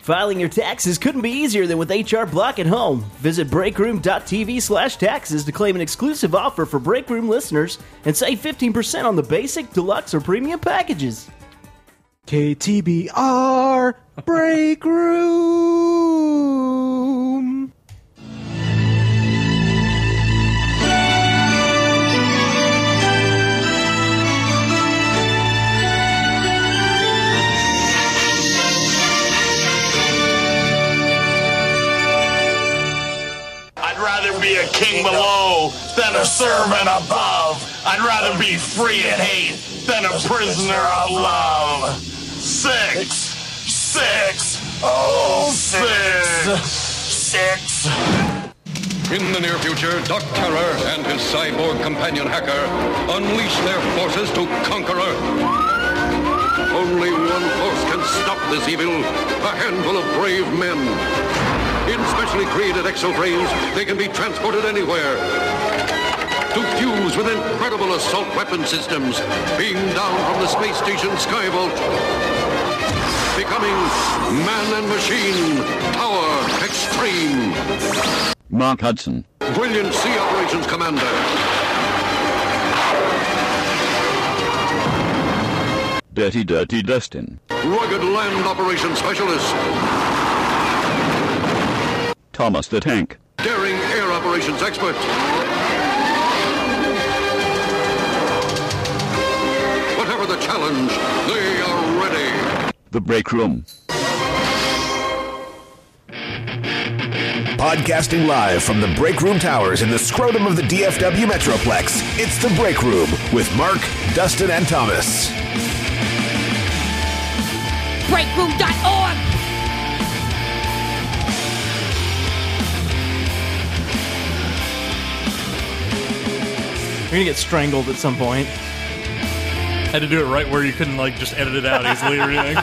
Filing your taxes couldn't be easier than with HR Block at home. Visit breakroom.tv slash taxes to claim an exclusive offer for break room listeners and save 15% on the basic, deluxe, or premium packages. KTBR Break Room. I'd rather be a king below than a servant above. I'd rather be free at hate than a prisoner of love. Six, six, oh six, six. In the near future, Doc Terror and his cyborg companion hacker unleash their forces to conquer Earth. Only one force can stop this evil, a handful of brave men. In specially created exoframes, they can be transported anywhere. To fuse with incredible assault weapon systems, beamed down from the space station Sky Vault, becoming man and machine, power extreme. Mark Hudson. Brilliant Sea Operations Commander. Dirty, dirty Dustin. Rugged Land Operations Specialist. Thomas the Tank. Daring Air Operations Expert. Whatever the challenge, they are ready. The Break Room. Podcasting live from the Break Room Towers in the scrotum of the DFW Metroplex, it's The Break Room with Mark, Dustin, and Thomas. Breakroom.org. You're gonna get strangled at some point. Had to do it right where you couldn't like just edit it out easily or anything.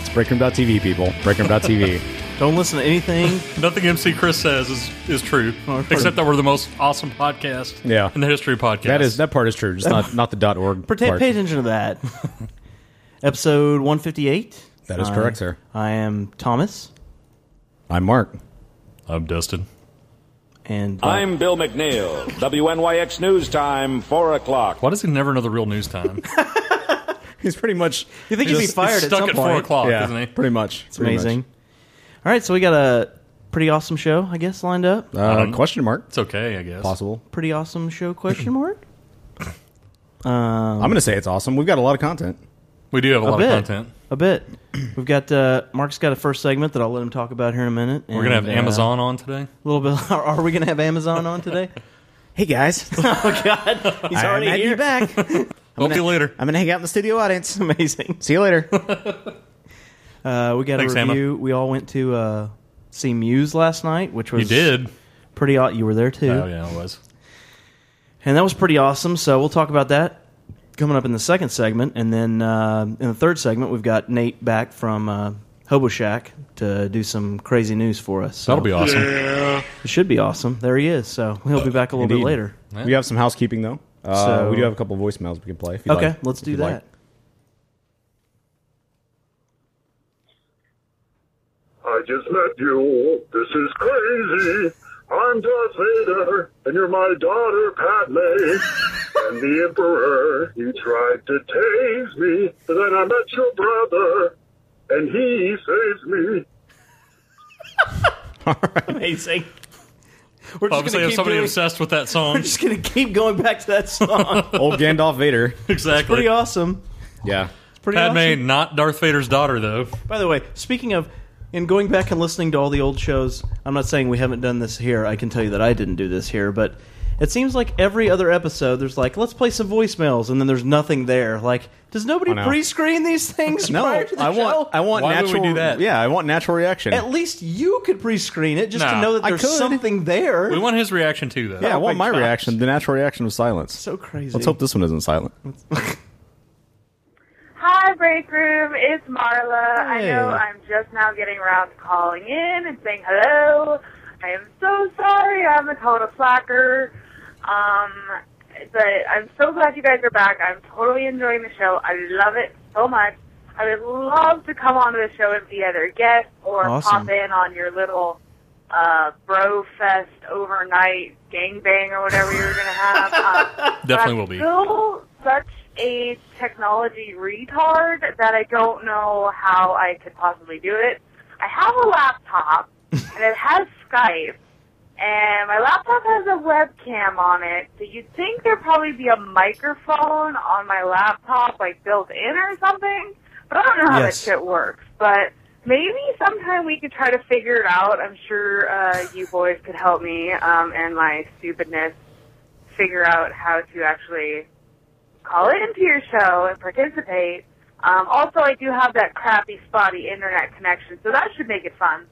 It's breakroom.tv, people. Breakroom.tv. Don't listen to anything. Oh, Nothing MC Chris says is, is true, I've heard except of- that we're the most awesome podcast Yeah. in the history of podcasts. that is that part is true. Just not not the dot org Pretend, part. pay attention to that. Episode 158. That is correct, I- sir. I am Thomas, I'm Mark. I'm Dustin. and uh, I'm Bill McNeil. WNYX News Time, 4 o'clock. Why does he never know the real news time? He's pretty much. You think he'd be just- fired He's at stuck some at point? four o'clock, yeah, isn't he? pretty much. It's amazing. All right, so we got a pretty awesome show, I guess, lined up. Uh, question mark. Um, It's okay, I guess. Possible. Pretty awesome show? Question mark. I'm going to say it's awesome. We've got a lot of content. We do have a, Um, a lot bit. of content. A bit. We've got uh, Mark's got a first segment that I'll let him talk about here in a minute. We're gonna have and, uh, Amazon on today. A little bit. Are, are we gonna have Amazon on today? Oh, Hey guys, He's I already might be here. back. I'm Hope you later. going to hang out in the studio audience. Amazing. See you later. Uh, we got Thanks, a Emma. review. We all went to uh, see Muse last night, which was You did. pretty. Aw- you were there too, Oh yeah, it was. and that was pretty awesome. So we'll talk about that coming up in the second segment, and then uh, in the third segment we've got Nate back from uh, Hobo Shack to do some crazy news for us. So That'll be awesome. It should be awesome. There he is. So he'll be back a little Indeed. bit later. We have some housekeeping though. Uh, So- we do have a couple voicemails we can play. If you Okay, like, let's if do you'd that. like. I just met you. This is crazy. I'm Darth Vader, and you're my daughter Padme, and the Emperor. You tried to tase me, but then I met your brother, and he saves me. Amazing. We're just Obviously, gonna I have keep somebody doing- obsessed with that song. we're just gonna keep going back to that song. Old Gandalf Vader. pretty exactly. awesome. Yeah. It's pretty Padme, awesome. not Darth Vader's daughter, though. By the way, speaking of, in going back and listening to all the old shows, I'm not saying we haven't done this here. I can tell you that I didn't do this here, but it seems like every other episode, there's like, let's play some voicemails, and then there's nothing there. Like, does nobody I know. pre-screen these things Oh, No, prior to the I show? want. I want Why would we natural. do that? Yeah, I want natural reaction. At least you could pre-screen it just to No, know that I there's could. something there. We want his reaction too, though. yeah, I Oh want my my, gosh. reaction. The natural reaction was silence. so crazy. Let's hope this one isn't silent. Hi, break room. It's Marla. I know Hey. I'm just now getting around to calling in and saying hello. I am so sorry. I'm a total slacker. Um, but I'm so glad you guys are back. I'm totally enjoying the show. I love it so much. I would love to come on to the show and be either a guest or Awesome. pop in on your little uh, bro fest overnight gangbang or whatever you're going to have. Um, but Definitely I'm will be. Still such a technology retard that I don't know how I could possibly do it. I have a laptop and it has Skype. And my laptop has a webcam on it, so you'd think there'd probably be a microphone on my laptop, like built in or something. But I don't know how Yes. that shit works. But maybe sometime we could try to figure it out. I'm sure uh, you boys could help me um, and my stupidness figure out how to actually call it into your show and participate. Um, also, I do have that crappy, spotty internet connection, so that should make it fun.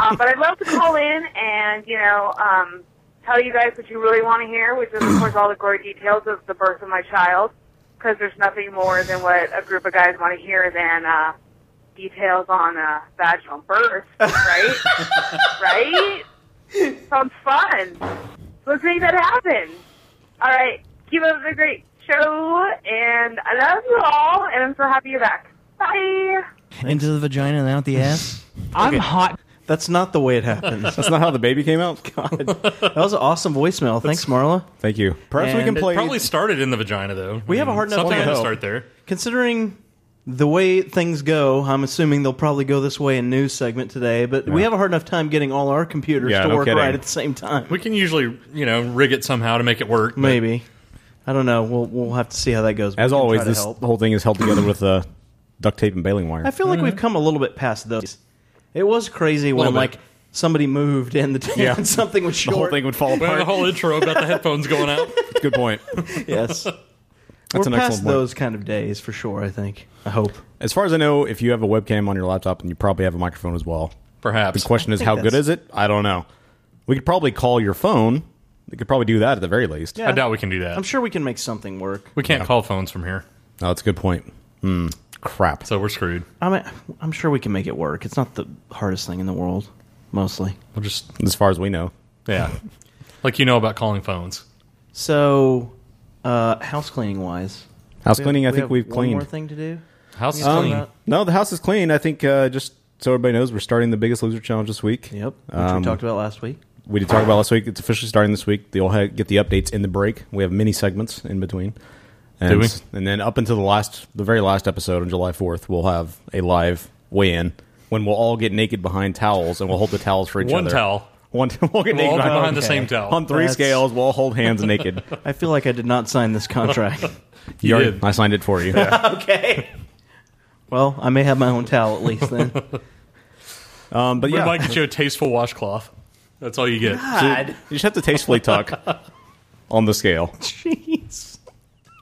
um, but I'd love to call in and, you know, um, tell you guys what you really want to hear, which is, of course, all the gory details of the birth of my child, because there's nothing more than what a group of guys want to hear than uh, details on uh, vaginal birth, right? right? Sounds fun. Let's make that happen. All right. Keep up the great show, and I love you all, and I'm so happy you're back. Bye. Into the vagina and out the ass. I'm hot. That's not the way it happens. That's not how the baby came out. God, that was an awesome voicemail. Thanks, Marla. Thank you. It probably started in the vagina, though. We have a hard enough Something time. had to start there. Considering the way things go, I'm assuming they'll probably go this way in news segment today. But we have a hard enough time getting all our computers to work right at the same time. We can usually, you know, rig it somehow to make it work. but- Maybe. I don't know. We'll we'll have to see how that goes. As We can always, try to this help. whole thing is held together with uh, duct tape and baling wire. I feel Mm-hmm. like we've come a little bit past those. It was crazy when Little bit. like somebody moved and the Yeah. and something was The short. whole thing would fall We had a apart. whole intro about the headphones going out. Good point. yes. That's We're an excellent past point. those kind of days for sure. I think. I hope. As far as I know, if you have a webcam on your laptop, and you probably have a microphone as well. Perhaps. The question is, think how good that's- is it? I don't know. We could probably call your phone. We could probably do that at the very least. Yeah. I doubt we can do that. I'm sure we can make something work. We can't call phones from here. Oh, that's a good point. Hmm. Crap. So we're screwed. I mean, I'm sure we can make it work. It's not the hardest thing in the world, mostly. We'll just as far as we know. Yeah. like you know about calling phones. So, uh, house cleaning wise, House We have- cleaning, I we think have we've one cleaned. More thing to do. House Can you talk Um, about- No, the house is clean. I think uh, just so everybody knows, we're starting the Biggest Loser challenge this week. Yep, which we talked about last week. Um, We did talk about last week. It's officially starting this week. You'll ha- get the updates in the break. We have mini segments in between. And, Do we? And then up until the last, the very last episode on July fourth, we'll have a live weigh-in when we'll all get naked behind towels and we'll hold the towels for each One other. towel. One towel. We'll get We'll naked all be behind the okay. same towel. on three That's- scales. We'll all hold hands naked. I feel like I did not sign this contract. You already- I signed it for you. okay. Well, I may have my own towel at least then. um, but We yeah, might get you a tasteful washcloth. That's all you get. So you just have to tastefully tuck on the scale. Jeez.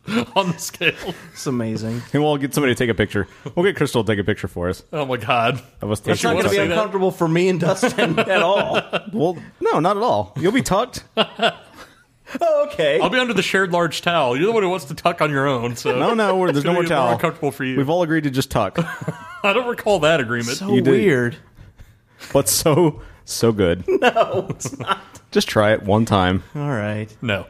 On the scale. It's amazing. And we'll get somebody to take a picture. We'll get Crystal to take a picture for us. Oh my god. Of us That's not tastefully going to be tucked. uncomfortable for me and Dustin at all. Well, no, not at all. You'll be tucked. okay. I'll be under the shared large towel. You're the one who wants to tuck on your own. So No, no, we're, there's It's no gonna more be towel. uncomfortable for you. We've all agreed to just tuck. I don't recall that agreement. So weird. But so so good. No, it's not. Just try it one time. All right. No.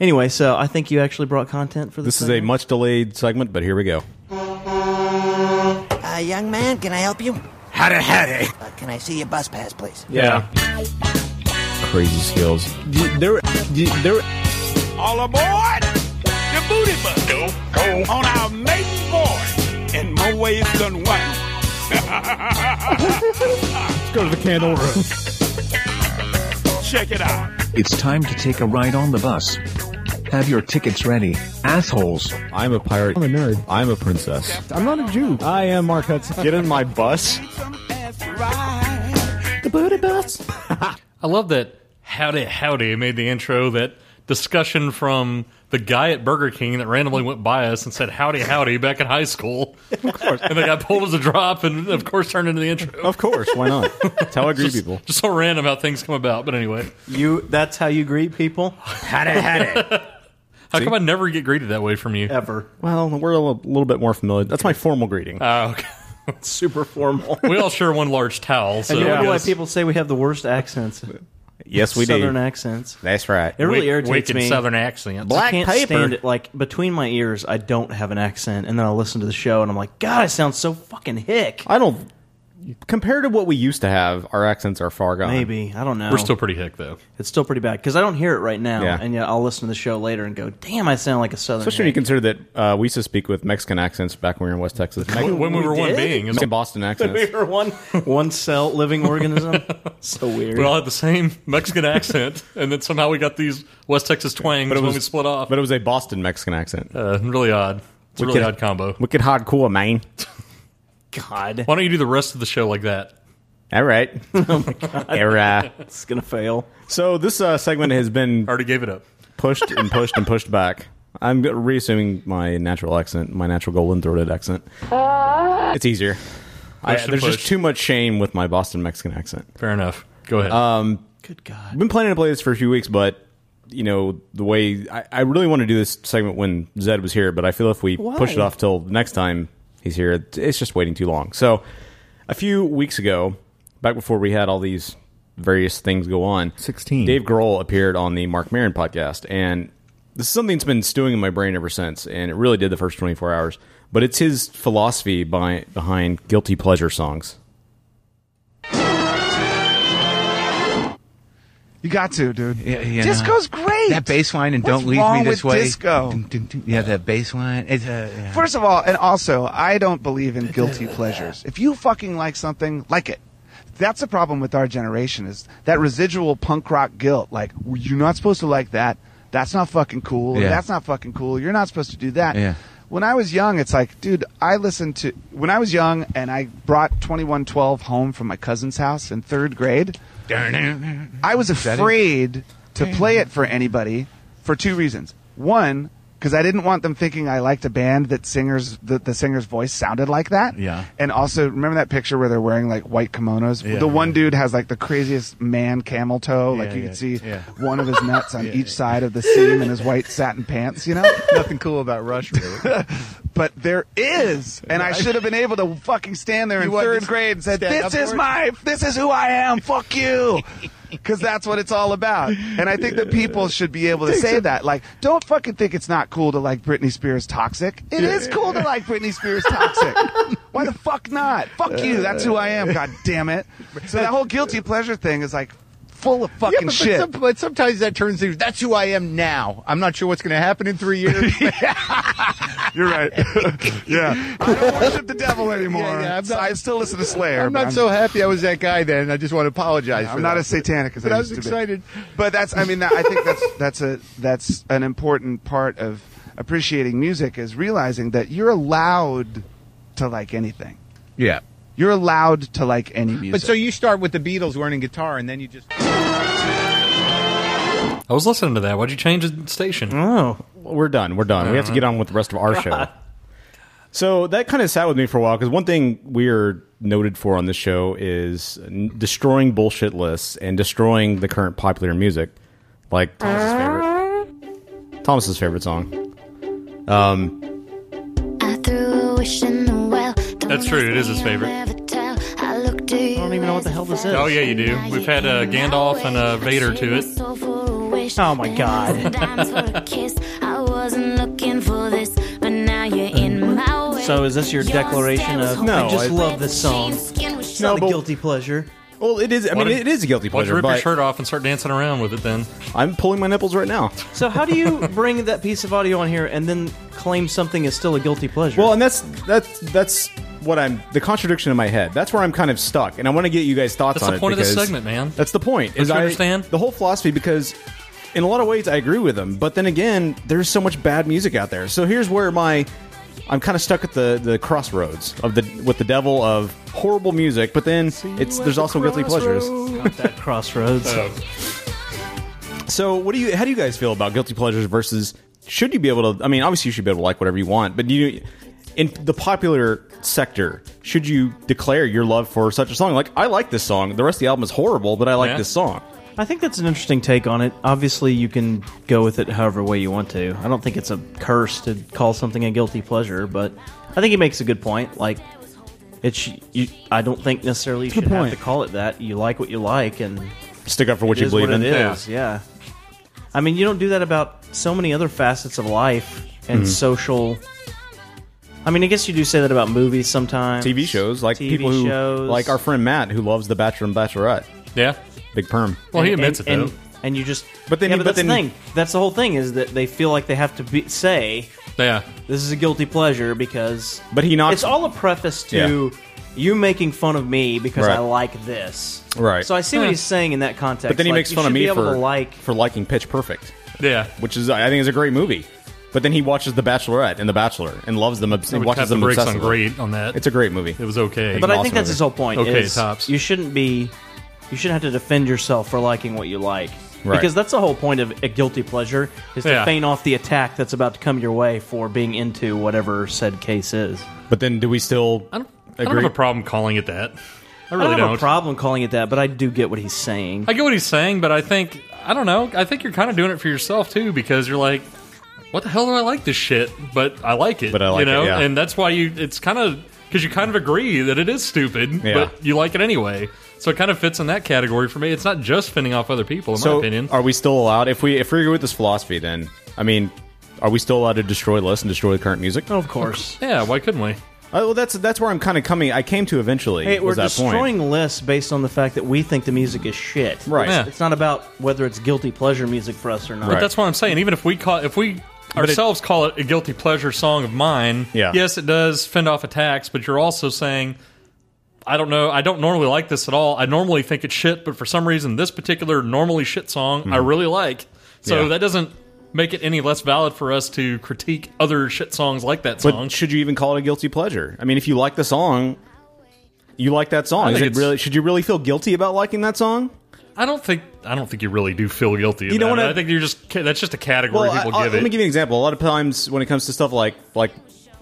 Anyway, so I think you actually brought content for this. This is a much delayed segment, but here we go. Uh, young man, can I help you? Howdy, howdy. Uh, can I see your bus pass, please? Yeah. Crazy skills. There, there. All aboard the booty bus. Go, go. On our maiden voyage in more ways than one. Let's go to the candle room. Check it out. It's time to take a ride on the bus. Have your tickets ready, assholes. I'm a pirate. I'm a nerd. I'm a princess. I'm not a Jew. I am Mark Hudson. Get in my bus. The booty bus. I love that Howdy Howdy made the intro, that discussion from the guy at Burger King that randomly went by us and said Howdy Howdy back in high school. Of course. And they got pulled as a drop and, of course, turned into the intro. Of course, why not? That's how I agree, people. Just so random how things come about. But anyway, you. That's how you greet people. Had it, had it. how come I never get greeted that way from you? Ever. Well, we're a little, little bit more familiar. That's my formal greeting. Oh, okay. Super formal. we all share one large towel. So and you I wonder why guess- people say we have the worst accents. Yes, we do. Southern accents. That's right. It really Weak- irritates weak and me. Southern accents. I Black can't paper. stand it. Like between my ears, I don't have an accent, and then I listen to the show, and I'm like, God, I sound so fucking hick. I don't. compared to what we used to have, our accents are far gone. Maybe I don't know. We're still pretty hick though. It's still pretty bad because I don't hear it right now, Yeah. and yet I'll listen to the show later and go, "Damn, I sound like a southern." Especially when you consider that uh, we used to speak with Mexican accents back when we were in West Texas. When- when we were one being, isn't Mexican it? Boston That we accents. were one one cell living organism. so weird. We all had the same Mexican accent, and then somehow we got these West Texas twangs But it when was- we split off. But it was a Boston Mexican accent. Uh, really odd. It's a really odd combo. Wicked hardcore, man. God. Why don't you do the rest of the show like that? All right. oh my God. Era. It's gonna fail. So this uh, segment has been already gave it up. Pushed and pushed and pushed back. I'm g- reassuming my natural accent, my natural golden throated accent. It's easier. I, Pushed and there's just pushed. too much shame with my Boston Mexican accent. Fair enough. Go ahead. Um, Good God. been planning to play this for a few weeks, but you know the way I, I really want to do this segment when Zed was here, but I feel if we Why? push it off till next time he's here, it- it's just waiting too long. So a few weeks ago, back before we had all these various things go on, sixteen Dave Grohl appeared on the Mark Maron podcast, and this is something that's been stewing in my brain ever since, and it really did the first twenty four hours. But it's his philosophy by, behind guilty pleasure songs. You got to, dude. Yeah, yeah, Disco's great. That bass line and What's don't leave me wrong this with way. disco? Dun, dun, dun. Yeah, that bass line. It's, uh, yeah. First of all, and also, I don't believe in guilty pleasures. If you fucking like something, like it. That's the problem with our generation is that residual punk rock guilt. Like, well, you're not supposed to like that. That's not fucking cool. or Yeah. That's not fucking cool. You're not supposed to do that. Yeah. When I was young, it's like, dude, I listened to. When I was young and I brought 2112 home from my cousin's house in third grade, I was Is that it? afraid to play it for anybody for two reasons. One, because I didn't want them thinking I liked a band that singers that the singer's voice sounded like that. Yeah. And also, remember that picture where they're wearing like white kimonos? Yeah. the one dude has like the craziest man camel toe. Like Yeah, you yeah, can see yeah. one of his nuts on each side of the seam in his white satin pants. You know, Nothing cool about Rush, really. but there is, and I should have been able to fucking stand there in You wanted third to grade and said, stand "This up is for it? my, this is who I am. Fuck you," because that's what it's all about. And I think that people should be able to say that. Like, don't fucking think it's not cool to like Britney Spears toxic. It is Yeah. cool to like Britney Spears toxic. Why the fuck not? Fuck you. That's who I am. God damn it. So that whole guilty pleasure thing is like full of fucking yeah, but, But, shit. some, but sometimes that turns into that's who I am now. I'm not sure what's going to happen in three years. You're right. yeah. I don't worship the devil anymore. Yeah, yeah, I'm not- I still listen to Slayer. I'm but not so happy I was that guy then. I just want to apologize. Yeah, for I'm not that. as satanic as but I I used was to be. excited. But that's I mean that, I think that's that's a that's an important part of appreciating music is realizing that you're allowed to like anything. Yeah. You're allowed to like any music. But so you start with the Beatles learning guitar, and then you just I was listening to that. Why'd you change the station? Oh, we're done. We're done. We have to get on with the rest of our show. God. So that kind of sat with me for a while because one thing we're noted for on this show is n- destroying bullshit lists and destroying the current popular music, like Thomas's favorite, Thomas's favorite song. Um, That's true. It is his favorite. I don't even know what the hell this is. Oh yeah, you do. We've had uh, Gandalf and uh, Vader to it. Oh my god. so is this your declaration of No, I just I- love this song? It's not a guilty pleasure. Well, it is. I Why mean, don't- it is a guilty Why pleasure. don't you rip your but shirt off and start dancing around with it then? I'm pulling my nipples right now. So how do you bring that piece of audio on here and then claim something is still a guilty pleasure? Well, and that's that's that's what I'm the contradiction in my head. That's where I'm kind of stuck, and I want to get you guys thoughts That's on the it point of this because segment, man. That's the point. Don't is you I- understand? the whole philosophy? Because in a lot of ways, I agree with them, but then again, there's so much bad music out there. So here's where my I'm kind of stuck at the the crossroads of the with the devil of horrible music, but then it's there's also guilty pleasures. Got that crossroads. So, what do you? How do you guys feel about guilty pleasures versus? Should you be able to? I mean, obviously, you should be able to like whatever you want, but do you, in the popular sector, should you declare your love for such a song? Like, I like this song. The rest of the album is horrible, but I like Yeah. this song. I think that's an interesting take on it. Obviously, you can go with it however way you want to. I don't think it's a curse to call something a guilty pleasure, but I think he makes a good point. Like, it's you, I don't think necessarily you Good should have point. to call it that. You like what you like, and Stick up for what it you is believe in. It is, yeah. I Mm-hmm. mean, you don't do that about so many other facets of life and Mhm. social I mean, I guess you do say that about movies sometimes. TV shows like TV people who shows. like our friend Matt who loves The Bachelor and Bachelorette. Yeah, big perm. And- and, And, and you just But then- yeah, but, but that's the then- thing. That's the whole thing is that they feel like they have to be, say, yeah, this is a guilty pleasure because. But he knocks. It's all a preface to you making fun of me because Right. I like this. Right. So I see what he's saying in that context. But then he Like, makes you fun of should me be able for to like. for liking Pitch Perfect. Yeah, which is I think is a great movie. But then he watches The Bachelorette and The Bachelor and loves them. obs- I and would watches tap the them brakes on obsessively. great on that. It's a great movie. It was okay. It's But an I think awesome that's movie. his whole point. Okay, is tops. You shouldn't be. You shouldn't have to defend yourself for liking what you like. Right. Because that's the whole point of a guilty pleasure is to Yeah. feign off the attack that's about to come your way for being into whatever said case is. But then, do we still I don't, I don't agree? have a problem calling it that. I I really don't have a don't. problem calling it that, but I do get what he's saying. I get what he's saying, but I think I don't know. I think you're kind of doing it for yourself too, because you're like, "What the hell do I like this shit?" But I like it. But I like it, you know, yeah. and that's why you. It's kind of because you kind of agree that it is stupid, Yeah. but you like it anyway. So it kind of fits in that category for me. It's not just fending off other people, in my so, opinion. are we still allowed if we if we agree with this philosophy? Then I mean, are we still allowed to destroy lists and destroy the current music? Of course. Yeah. Why couldn't we? Oh, well, that's that's where I'm kind of coming. I came to eventually. Hey, we're was that point. destroying lists based on the fact that we think the music is shit. Right. It's, Yeah. it's not about whether it's guilty pleasure music for us or not. But that's what I'm saying. Even if we call if we But it- ourselves call it a guilty pleasure song of mine, Yeah. yes, it does fend off attacks. But you're also saying, I don't know, I don't normally like this at all. I normally think it's shit, but for some reason, this particular normally shit song I Mhm. really like. So Yeah. that doesn't make it any less valid for us to critique other shit songs like that song. But should you even call it a guilty pleasure? I mean, if you like the song, you like that I song. Is think it it's- really? Should you really feel guilty about liking that song? I don't think I don't think you really do feel guilty. You You know know what I- I think you're just that's just a category Well, I- people I- give let it. me give you an example. A lot of times when it comes to stuff like like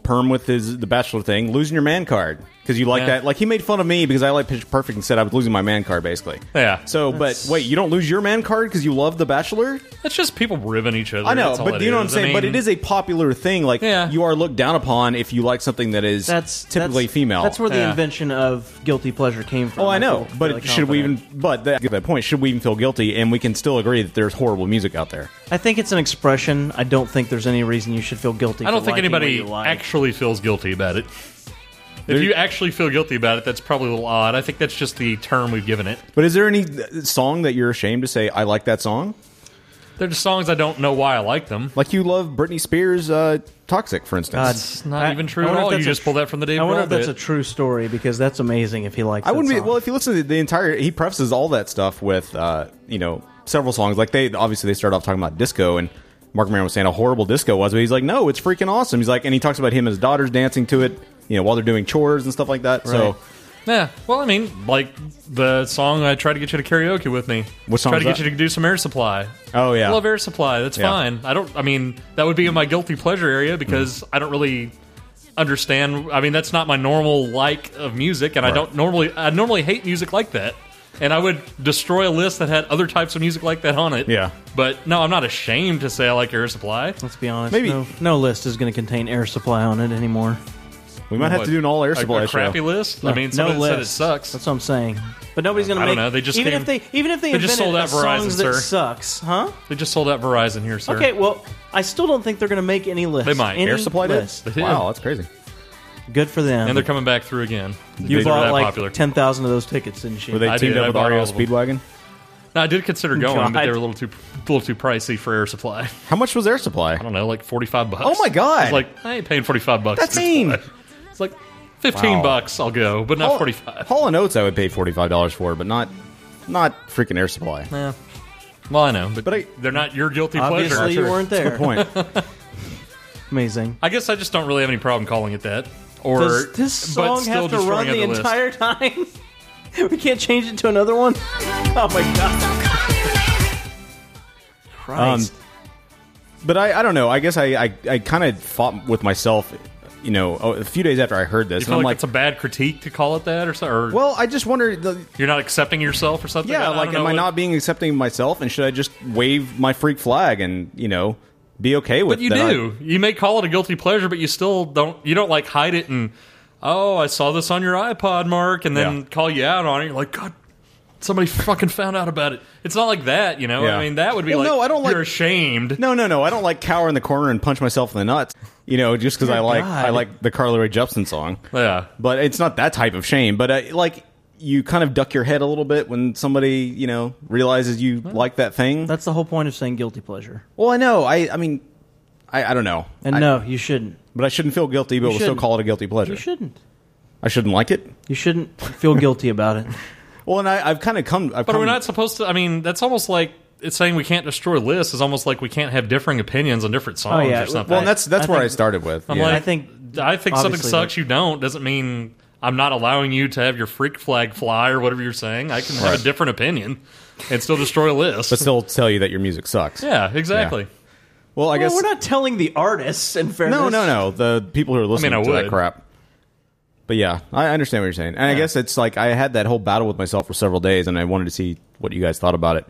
perm with his the bachelor thing, losing your man card because you like Yeah. that. Like he made fun of me because I like Pitch Perfect and said I was losing my man card basically. yeah. So, but wait, you don't lose your man card because you love The Bachelor? That's just people ribbing each other. I know, That's all but it you know what I'm is. I saying. but mean- it is a popular thing. Like you are looked down upon if you like something that is That's typically that's- female. That's where the Yeah. invention of guilty pleasure came from. Oh, I know, feel but really should we confident. even? But that, at that point, should we even feel guilty? And we can still agree that there's horrible music out there. I think it's an expression. I don't think there's any reason you should feel guilty. I don't for think liking what anybody you like. actually feels guilty about it. If you actually feel guilty about it, that's probably a little odd. I think that's just the term we've given it. But is there any uh, song that you're ashamed to say I like that song? They're just songs I don't know why I like them. Like you love Britney Spears, uh, "Toxic," for instance. That's Uh, not even true at wonder if all. You that's a just tr- pulled that from the Dave I wonder Grohl if that's bit. a true story because that's amazing. If he likes, I wouldn't that be. song. Well, if you listen to the entire, he prefaces all that stuff with, uh, you know, several songs. Like they obviously they start off talking about disco, and Mark Maron was saying how horrible disco was, but he's like, no, it's freaking awesome. He's like, and he talks about him and his daughters dancing to it, you know, while they're doing chores and stuff like that. So Right. Yeah. Well, I mean, like the song I tried to get you to karaoke with me. What song Try is to get that? you to do some Air Supply. Oh, yeah. I love Air Supply. That's Yeah. fine. I don't. I mean, that would be in my guilty pleasure area because Mm. I don't really understand. I mean, that's not my normal like of music, and I Right. don't normally. I normally hate music like that. And I would destroy a list that had other types of music like that on it. Yeah. But no, I'm not ashamed to say I like Air Supply. Let's be honest. Maybe no, no list is going to contain air supply on it anymore. We might have to do an all air A- a supply crappy show. list? I No, mean, no somebody said it list. sucks. That's what I'm saying. But nobody's going to I make. don't know. They just even came- if they even if they, they just sold invented out a Verizon, songs sir. that sucks, huh? They just sold out Verizon here, sir. Okay, well, I still don't think they're going to make any list. They might. Any Air Supply did? list. They did. Wow, that's crazy. Good for them. And they're coming back through again. You They're bought that like popular. ten thousand of those tickets, didn't you? Were they I teamed did. up I with bought REO all of them. Speedwagon? No, I did consider going, but God. they were a little too a little too pricey for air supply. How much was air supply? I don't know, like forty five bucks. Oh my I god! was like, I ain't paying forty five bucks. That's for Air mean. Supply. It's like fifteen Wow. bucks. I'll go, but not Hall- forty five. Hall and Oates, I would pay forty five dollars for, but not not freaking air supply. Yeah. Eh. Well, I know, but, I- they're not your guilty Obviously, pleasure. you weren't there. That's point. Amazing. I guess I just don't really have any problem calling it that. Or Does this but song still have to destroying run the other lists. entire time? we can't change it to another one. Oh my god! Christ. Um, but I, I don't know. I guess I, I, I kind of fought with myself, you know, a few days after I heard You this, feel and I'm like, like, it's a bad critique to call it that, or so, or well, I just wonder. The, you're not accepting yourself or something. I- yeah, I like, don't am know I what- not being accepting of myself, and should I just wave my freak flag and you know be okay with? But you that I- do. you may call it a guilty pleasure, but you still don't. You don't like hide it and. Oh, I saw this on your iPod, Mark, and then Yeah. call you out on it. You're like, God, somebody fucking found out about it. It's not like that, you know. Yeah. Oh, I mean, that would be Well, like no, I don't like- you're ashamed. No, no, no. I don't like cower in the corner and punch myself in the nuts. You know, just because I Dear like God. I like the Carly Rae Jepsen song. Yeah, but it's not that type of shame. But uh, like you kind of duck your head a little bit when somebody you know realizes you like that thing. That's the whole point of saying guilty pleasure. Well, I know. I I mean, I, I don't know. And I- no, you shouldn't. But I shouldn't feel guilty. But You we'll still shouldn't. call it a guilty pleasure. You shouldn't. I shouldn't like it. You shouldn't feel guilty about it. Well, and I, I've kind of come. I've But come, we're not supposed to. I mean, that's almost like it's saying we can't destroy lists. Is almost like we can't have differing opinions on different songs yeah. or something. Well, and that's- that's I where think- I started with, I'm yeah. like, I I think think I think something obviously sucks. You don't doesn't mean I'm not allowing you to have your freak flag fly or whatever you're saying. I can Right. have a different opinion and still destroy a list. But still tell you that your music sucks. yeah, exactly. Well, I guess we're not telling the artists. In fairness, No, no, no. The people who are listening I to that would. crap. But yeah, I understand what you're saying, and I guess it's like I had that whole battle with myself for several days, and I wanted to see what you guys thought about it.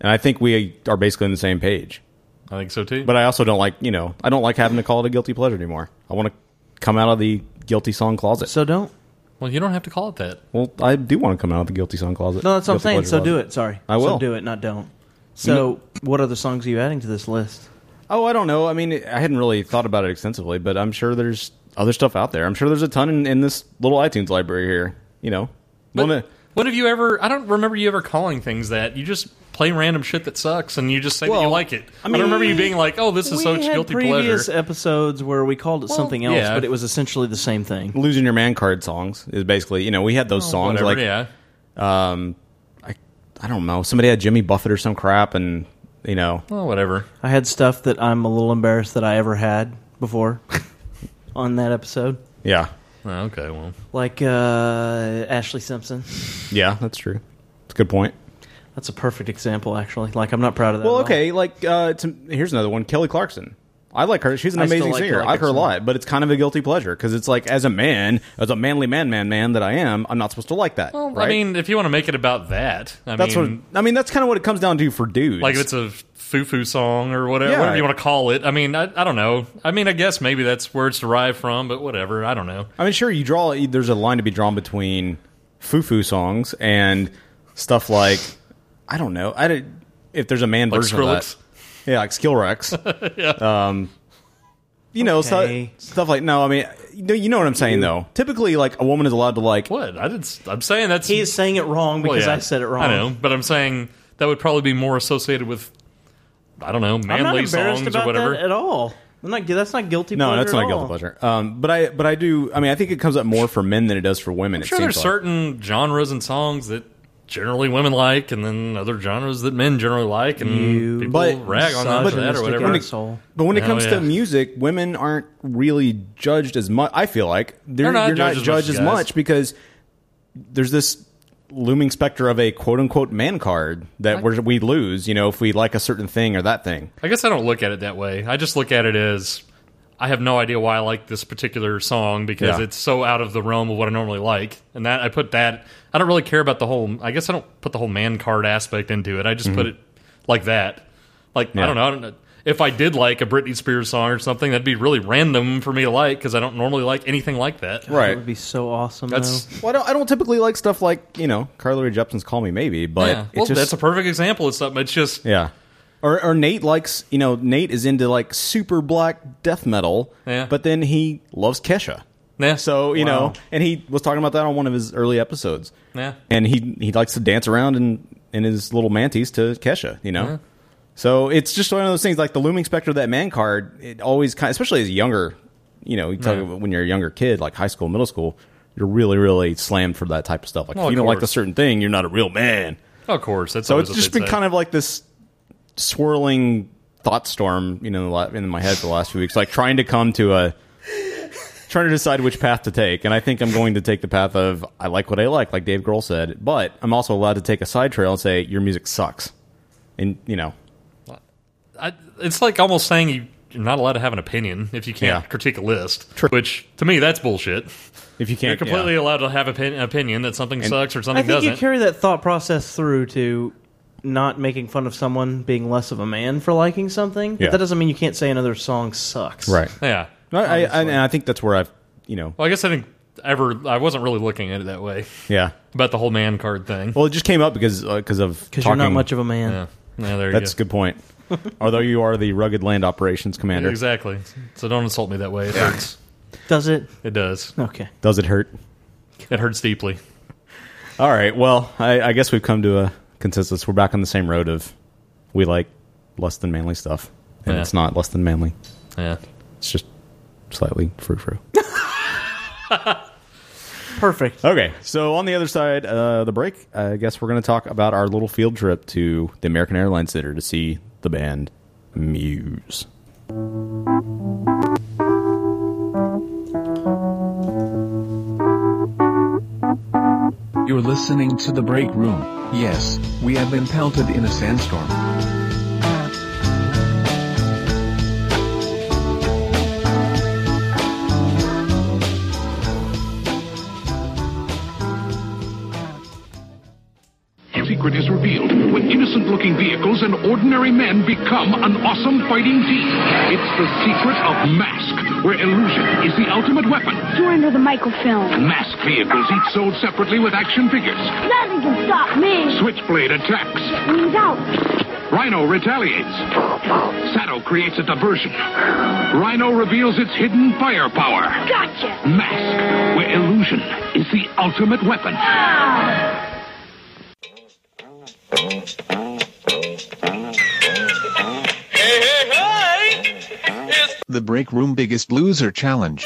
And I think we are basically on the same page. I think so too. But I also don't like, you know, I don't like having to call it a guilty pleasure anymore. I want to come out of the guilty song closet. So don't. Well, you don't have to call it that. Well, I do want to come out of the guilty song closet. No, that's what I'm Guilty saying. pleasure So do closet. it. Sorry, I will So do it, not don't. So, what other songs are you adding to this list? Oh, I don't know. I mean, I hadn't really thought about it extensively, but I'm sure there's other stuff out there. I'm sure there's a ton in, in this little iTunes library here. You know, Wanna- When have you ever? I don't remember you ever calling things that. You just play random shit that sucks, and you just say that you like it. I, don't remember you being like, "Oh, this is we so had guilty previous pleasure." episodes where we called it something else, yeah. but it was essentially the same thing. losing your man card songs is basically you know we had those Oh, songs whatever, like yeah. um, I I don't know. Somebody had Jimmy Buffett or some crap, and you know, well, whatever. I had stuff that I'm a little embarrassed that I ever had before on that episode, Yeah, Oh, okay, well, like uh, Ashley Simpson. yeah, that's true. It's a good point. That's a perfect example, actually. Like I'm not proud of that. Well, at all. okay, like uh, to, here's another one, Kelly Clarkson. I like her. She's an I still amazing like singer. Kelly I like her a Clarkson. lot, but it's kind of a guilty pleasure because it's like, as a man, as a manly man, man, man that I am, I'm not supposed to like that. Well, right? I mean, if you want to make it about that, I that's mean, what I mean. That's kind of what it comes down to for dudes. like if it's a foo-foo song or whatever, Yeah. whatever you want to call it. I mean, I, I don't know. I mean, I guess maybe that's where it's derived from, but whatever. I don't know. I mean, sure, you draw. There's a line to be drawn between foo-foo songs and stuff like I don't know. I don't, if there's a man Like version Skrillex? of that, yeah, like Skillrex. Um, you know, so- Okay. stuff like no. I mean, you know, you know what I'm saying though. Typically, like a woman is allowed to like what I did. I'm saying that's he is saying it wrong Well, because yeah. I said it wrong. I know, but I'm saying that would probably be more associated with I don't know I'm not manly embarrassed songs about or whatever. that at all. I'm not. That's not guilty. No, pleasure that's not at guilty all. pleasure. Um, but I, but I do. I mean, I think it comes up more for men than it does for women. I'm it sure seems there's like. certain genres and songs that generally women like, and then other genres that men generally like, and people but- rag on them for that or whatever. When it- But when it Hell comes yeah. to music, women aren't really judged as much. I feel like they're, They're not you're not judged as judged as much, guys. much because there's this looming specter of a quote unquote man card that we're, we lose. You know, if we like a certain thing or that thing. I guess I don't look at it that way. I just look at it as I have no idea why I like this particular song because Yeah. it's so out of the realm of what I normally like. And that I put that I don't really care about the whole I guess I don't put the whole man card aspect into it. I just put Mhm. it like that. Like Yeah. I don't know, I don't know. If I did like a Britney Spears song or something, that'd be really random for me to like because I don't normally like anything like that. Right. That would be so awesome. That's- though. Well, I don't, I don't typically like stuff like you know Carly Rae Jepsen's "Call Me Maybe," but yeah. it Well, just- that's a perfect example of something. It's just Yeah. Or, or Nate likes, you know, Nate is into like super black death metal, Yeah. but then he loves Kesha. Yeah. So, you Wow. know, and he was talking about that on one of his early episodes. Yeah. And he he likes to dance around in, in his little mantis to Kesha, you know? Yeah. So it's just one of those things like the looming specter of that man card, it always kind especially as a younger, you know, you talk Yeah. about when you're a younger kid, like high school, middle school, you're really, really slammed for that type of stuff. Like if Well, Oh, of you don't like course. the certain thing, you're not a real man of course that's so always it's what just they'd been say. kind of like this swirling thought storm, you know, la- in my head for the last few weeks, like trying to come to a, trying to decide which path to take. And I think I'm going to take the path of I like what I like, like Dave Grohl said, but I'm also allowed to take a side trail and say your music sucks, and you know, I, it's like almost saying you, you're not allowed to have an opinion if you can't Yeah. critique a list. Which to me, that's bullshit. If you You're can't, completely allowed to have an opin- opinion that something sucks or I something think you doesn't. carry that thought process through to not making fun of someone being less of a man for liking something. But Yeah. that doesn't mean you can't say another song sucks. Right. Yeah. No, I, I, and I think that's where I've, you know, Well, I guess I think ever. I wasn't really looking at it that way Yeah. about the whole man card thing. Well, it just came up because because of because you're not much of a man. Yeah. Yeah, there you That's go. a good point. Although you are the rugged land operations commander, Exactly. So don't insult me that way. It Yeah. hurts. Does it? It does. Okay. Does it hurt? It hurts deeply. All right. Well, I, I guess we've come to a consensus. We're back on the same road of we like less than manly stuff, and Yeah. it's not less than manly. Yeah. It's just slightly frou frou. Perfect. Okay. So on the other side, uh, the break. I guess we're going to talk about our little field trip to the American Airlines Theater to see the band Muse. You're listening to the break room. Yes, we have been pelted in a sandstorm. Secret is revealed when innocent looking vehicles and ordinary men become an awesome fighting team. It's the secret of Mask, where illusion is the ultimate weapon. Surrender the microfilm. Mask vehicles, each sold separately with action figures. Nothing can stop me. Switchblade attacks. Wings out. Rhino retaliates. Sato creates a diversion. Rhino reveals its hidden firepower. Gotcha. Mask, where illusion is the ultimate weapon. The break room biggest loser challenge.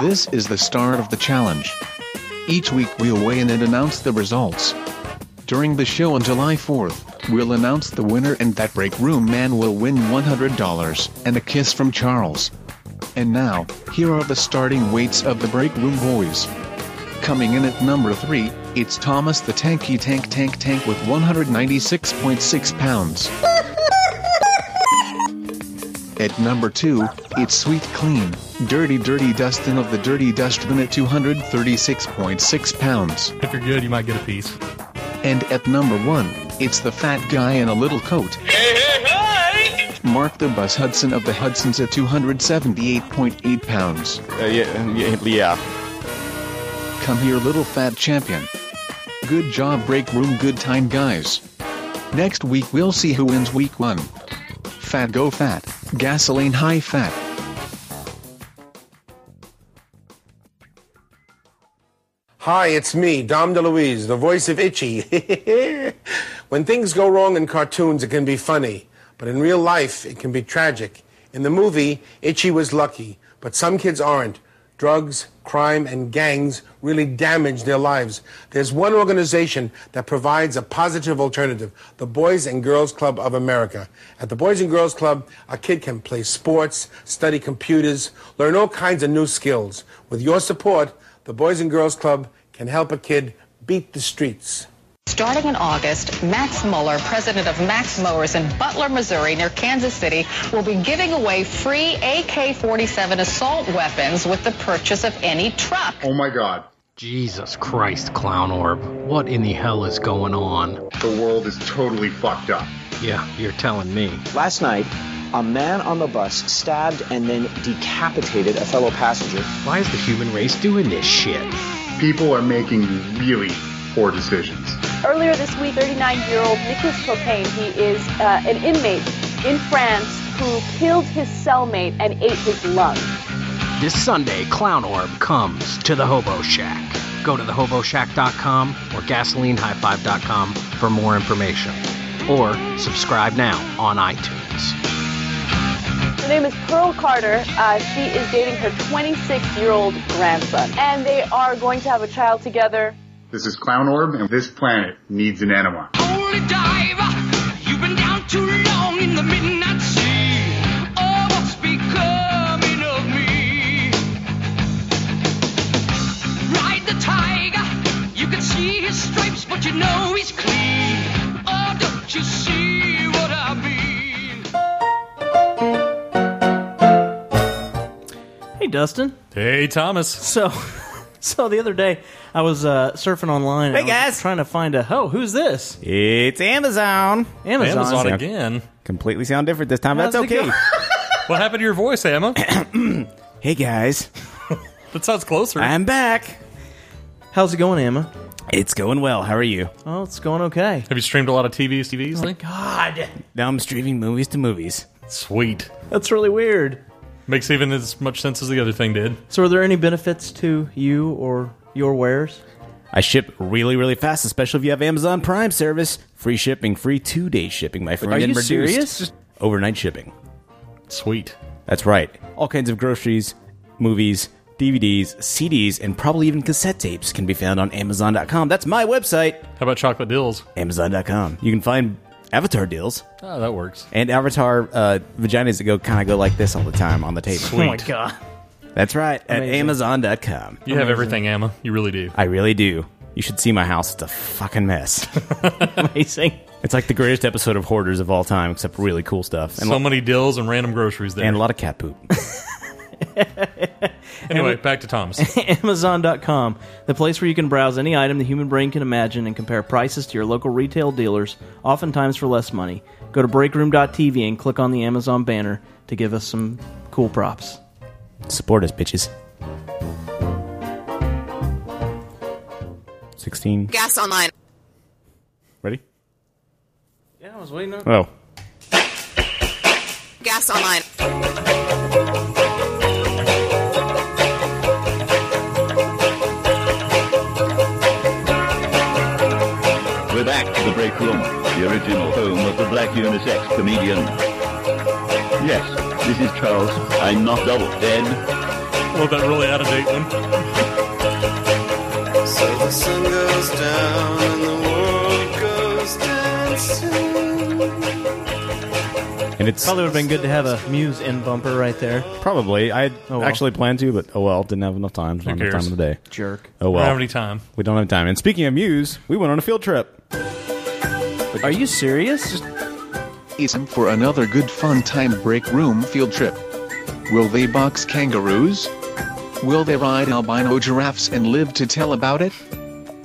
This is the start of the challenge. Each week we'll weigh in and announce the results. During the show on July 4th, we'll announce the winner and that break room man will win $100 and a kiss from Charles. And now, here are the starting weights of the break room boys. Coming in at number 3, it's Thomas the Tanky Tank Tank Tank with 196.6 pounds. At number 2, it's Sweet Clean, Dirty Dirty Dustin of the Dirty Dustbin at 236.6 pounds. If you're good, you might get a piece. And at number 1, it's the Fat Guy in a Little Coat. Mark the Bus Hudson of the Hudsons at 278.8 pounds. Uh, yeah, yeah. Come here, little fat champion. Good job, break room, good time, guys. Next week, we'll see who wins week one. Fat go fat, gasoline high fat. Hi, it's me, Dom DeLuise, the voice of Itchy. when things go wrong in cartoons, it can be funny, but in real life, it can be tragic. In the movie, Itchy was lucky, but some kids aren't. Drugs, crime, and gangs really damage their lives. There's one organization that provides a positive alternative the Boys and Girls Club of America. At the Boys and Girls Club, a kid can play sports, study computers, learn all kinds of new skills. With your support, the Boys and Girls Club can help a kid beat the streets. Starting in August, Max Muller, president of Max Mowers in Butler, Missouri, near Kansas City, will be giving away free AK-47 assault weapons with the purchase of any truck. Oh my god. Jesus Christ, Clown Orb. What in the hell is going on? The world is totally fucked up. Yeah, you're telling me. Last night, a man on the bus stabbed and then decapitated a fellow passenger. Why is the human race doing this shit? People are making really poor decisions. Earlier this week, 39-year-old Nicholas Copain, he is uh, an inmate in France who killed his cellmate and ate his lung. This Sunday, Clown Orb comes to the Hobo Shack. Go to thehoboshack.com or gasolinehighfive.com for more information. Or subscribe now on iTunes. Her name is Pearl Carter. Uh, she is dating her 26-year-old grandson, and they are going to have a child together. This is Clown Orb, and this planet needs an enema. Holy diver, you've been down too long in the midnight sea. Oh, what's becoming of me? Ride the tiger, you can see his stripes, but you know he's clean. Oh, don't you see what I mean? Hey, Dustin. Hey, Thomas. So, so the other day I was uh, surfing online. Hey guys, trying to find a oh, who's this? It's Amazon. Amazon. Amazon again. Completely sound different this time. How's Um, That's it okay. go- What happened to your voice, Emma? Hey guys. that sounds closer. I'm back. How's it going, Emma? It's going well. How are you? Oh, it's going okay. Have you streamed a lot of TVs, TVs? Oh, God. Now I'm streaming movies to movies. Sweet. That's really weird. Makes even as much sense as the other thing did. So, are there any benefits to you or your wares? I ship really, really fast, especially if you have Amazon Prime service. Free shipping, free two day shipping, my friend. Are you and reduced serious? Overnight shipping. Sweet. That's right. All kinds of groceries, movies, DVDs, CDs, and probably even cassette tapes can be found on Amazon.com. That's my website. How about chocolate dills? Amazon.com. You can find Avatar dills Oh, that works. and Avatar uh, vaginas that go kind of go like this all the time on the table. Sweet. Oh my God. That's right. At Amazing. Amazon.com. You have everything, Emma. You really do. I really do. You should see my house. It's a fucking mess. Amazing. It's like the greatest episode of Hoarders of all time, except for really cool stuff. so many dills and random groceries there. and a lot of cat poop. Anyway, back to Thomas. Amazon.com, the place where you can browse any item the human brain can imagine and compare prices to your local retail dealers, oftentimes for less money. Go to breakroom.tv and click on the Amazon banner to give us some cool props. Support us, bitches. 16. Gas online. Ready? Yeah, I was waiting on. Oh. Gas online. We're back to the break room, the original home of the black unisex comedian. Yes, this is Charles. I'm not double dead. Well, that really out of date one. So the sun goes down and the world goes And it's probably would have been good to have a Muse in bumper right there. Oh, Probably. I well. actually planned to, but oh well, didn't have enough time. Not enough cares? time of the day. Jerk. Oh We well. don't have any time. We don't have time. And speaking of Muse, we went on a field trip. Are you serious? It's time for another good fun time break room field trip. Will they box kangaroos? Will they ride albino giraffes and live to tell about it?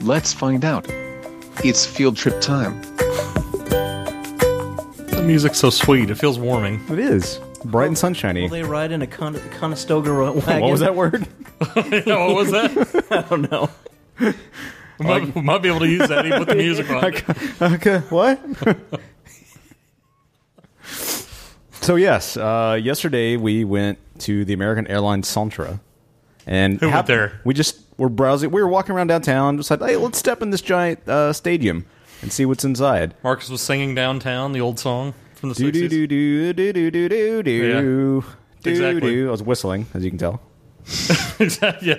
Let's find out. It's field trip time. The music's so sweet. It feels warming. It is. Bright and sunshiny. Will they ride in a Con- Conestoga ro- wagon? What was that word? yeah, what was that? I don't know. We might, we might be able to use that. He put the music on. okay. What? so yes, uh, yesterday we went to the American Airlines Centra, and Who went hap- there? We just were browsing. We were walking around downtown. Just like, hey, let's step in this giant uh, stadium and see what's inside. Marcus was singing downtown the old song from the Do do 60s. do do do do do do Yeah. do do Exactly. do. I was whistling, as you can tell. yeah.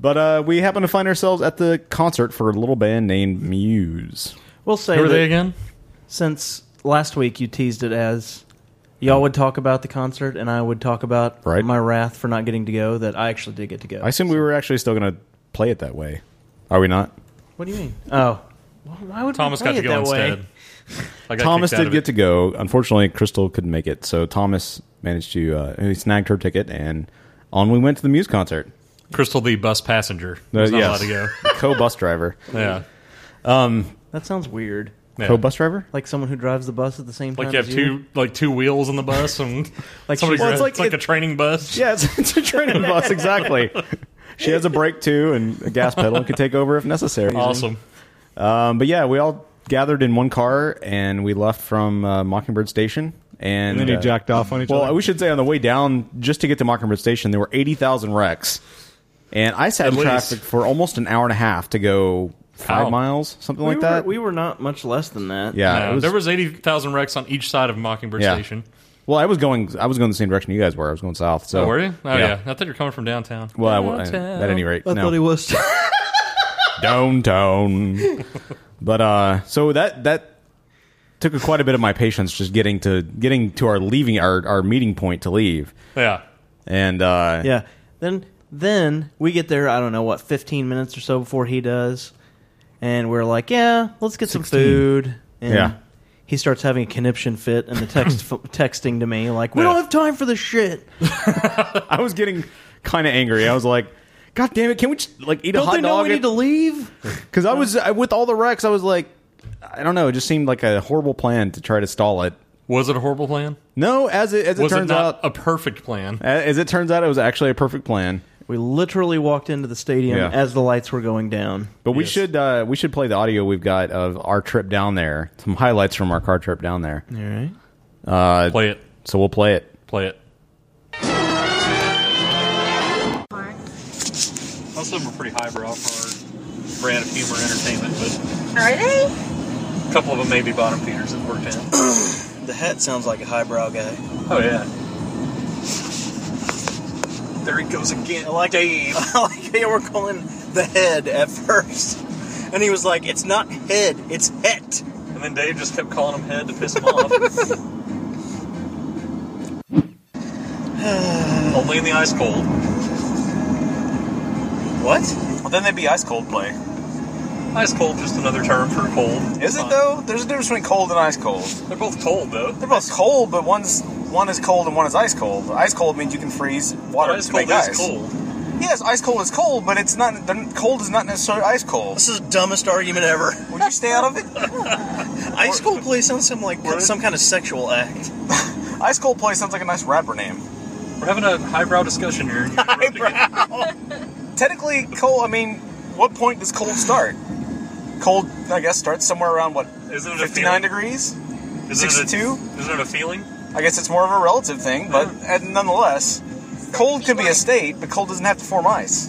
But uh, we happened to find ourselves at the concert for a little band named Muse. We'll say Who are that they again? Since last week you teased it as y'all would talk about the concert and I would talk about my wrath for not getting to go that I actually did get to go. I assume we were actually still going to play it that way. Are we not? What do you mean? Oh. Well, Why would we Thomas got play to it go that way? instead. I got Thomas kicked out did of get to go. Unfortunately, Crystal couldn't make it, so Thomas managed to uh, he snagged her ticket, and on we went to the Muse concert. it. Crystal the bus passenger. Uh, was not yes. allowed to go. co-bus driver. Yeah. Um, That sounds weird. Yeah. Co-bus driver? Like someone who drives the bus at the same time. Like you have as you? two like two wheels on the bus and Like like somebody she- Well, grabs- it's like it's like, a training bus. Yeah, it's, a training bus exactly. She has a brake too and a gas pedal and could take over if necessary. Awesome. Um, but yeah, we all gathered in one car and we left from uh, Mockingbird Station. And, And then you uh, jacked off on each well, other? we should say on the way down, just to get to Mockingbird Station, there were 80,000 wrecks. And I sat At in least. traffic for almost an hour and a half to go five Ow. miles, something we like were, that. We were not much less than that. Yeah, it was- there was eighty thousand wrecks on each side of Mockingbird Yeah. Station. Well, I was going. I was going the same direction you guys were. I was going south. So oh, were you? Oh yeah. I thought you were coming from downtown. Well, I wa- downtown. at any rate, no. was. downtown. but uh, so that that took quite a bit of my patience just getting to getting to our leaving our our meeting point to leave. Yeah. And uh, Yeah. Then then we get there, I don't know, what, 15 minutes or so before he does. And we're like, yeah, let's get some 16. food. And Yeah. he starts having a conniption fit and the text f- texting to me like, we Yeah. don't have time for this shit. I was getting kind of angry. I was like, God damn it! Can we just like eat a don't hot they know dog? we need to leave? Because I was I, with all the wrecks, I was like, I don't know. It just seemed like a horrible plan to try to stall it Was it a horrible plan? No, as it as it was turns it not out, a perfect plan. as it turns out, it was actually a perfect plan. We literally walked into the stadium Yeah. as the lights were going down. But we should uh, we should play the audio we've got of our trip down there. Some highlights from our car trip down there. All right. Uh, play it. So we'll play it. Play it. Most of them are pretty highbrow for our brand of humor entertainment, but Are they? a couple of them may be bottom feeders that worked in. The hat sounds like a highbrow guy. Oh, yeah. There he goes again. I like Dave. I like they were calling the head at first. And he was like, it's not head, it's het. And then Dave just kept calling him head to piss him off. Only in the ice cold. What? Well, then they'd be ice cold play. Ice cold, just another term for cold. Is it though? There's a difference between cold and ice cold. They're both cold though. They're both cold, but one's one is cold and one is ice cold. Ice cold means you can freeze water ice to make cold is ice. cold. Yes, ice cold is cold, but it's not. they're- Cold is not necessarily ice cold. This is the dumbest argument ever. Would you stay out of it? ice cold play sounds some like some kind of sexual act. ice cold play sounds like a nice rapper name. We're having a highbrow discussion here. Highbrow. Technically, cold. I mean, what point does cold start? Cold, I guess, starts somewhere around what? Isn't it a 59 feeling? degrees? Isn't it a- 62? Isn't it a feeling? I guess it's more of a relative thing, but and nonetheless, cold can be a state, but cold doesn't have to form ice.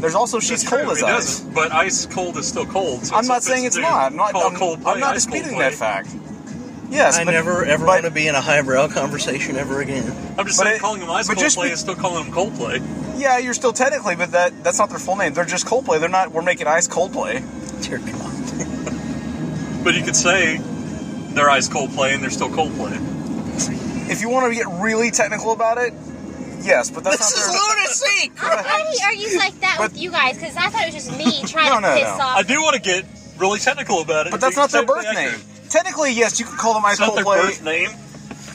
There's also she's True, cold as it ice. doesn't, but ice cold is still cold. So I'm not saying it's not. I'm not. Cold, I'm, cold play, I'm not ice cold disputing play. that fact. Yes, I but- never ever but- wanna be in a highbrow conversation ever again. I'm just But saying it- calling them ice but cold just play be- is still calling them cold play. Yeah, you're still technically, but that that's not their full name. They're just Coldplay. They're not. We're making ice Coldplay. Dear God. But you could say they're ice cold play and they're still cold play. If you want to get really technical about it, yes, but that's not This is their. lunacy! I'm glad he argues like that But- with you guys because I thought it was just me trying No, to no, piss no. off. I do want to get really technical about it. But that's not their birth name. Technically, yes, you could call them Ice It's not their Coldplay. birth name.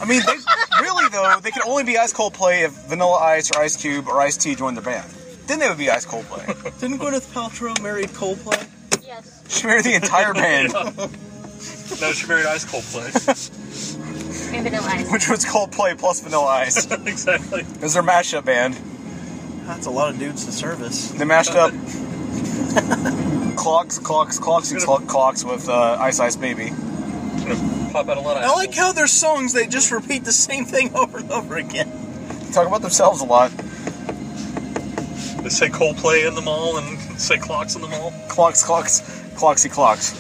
I mean, they, really though, they could only be Ice Coldplay if Vanilla Ice or Ice Cube or Ice T joined their band. Then they would be Ice Coldplay. Didn't Gwyneth Paltrow marry Coldplay? Yes. She married the entire band, No, she married ice cold play. Maybe the last. which was Coldplay plus Vanilla Ice. exactly. It was their mashup band. That's a lot of dudes to service. They mashed up clocks, clocks, clocks, and clock, clocks with uh, Ice Ice Baby. Pop out a lot of I like how there's songs they just repeat the same thing over and over again. Talk about themselves a lot. They say cold play in the mall and say clocks in the mall. Clocks, clocks, clocksy clocks.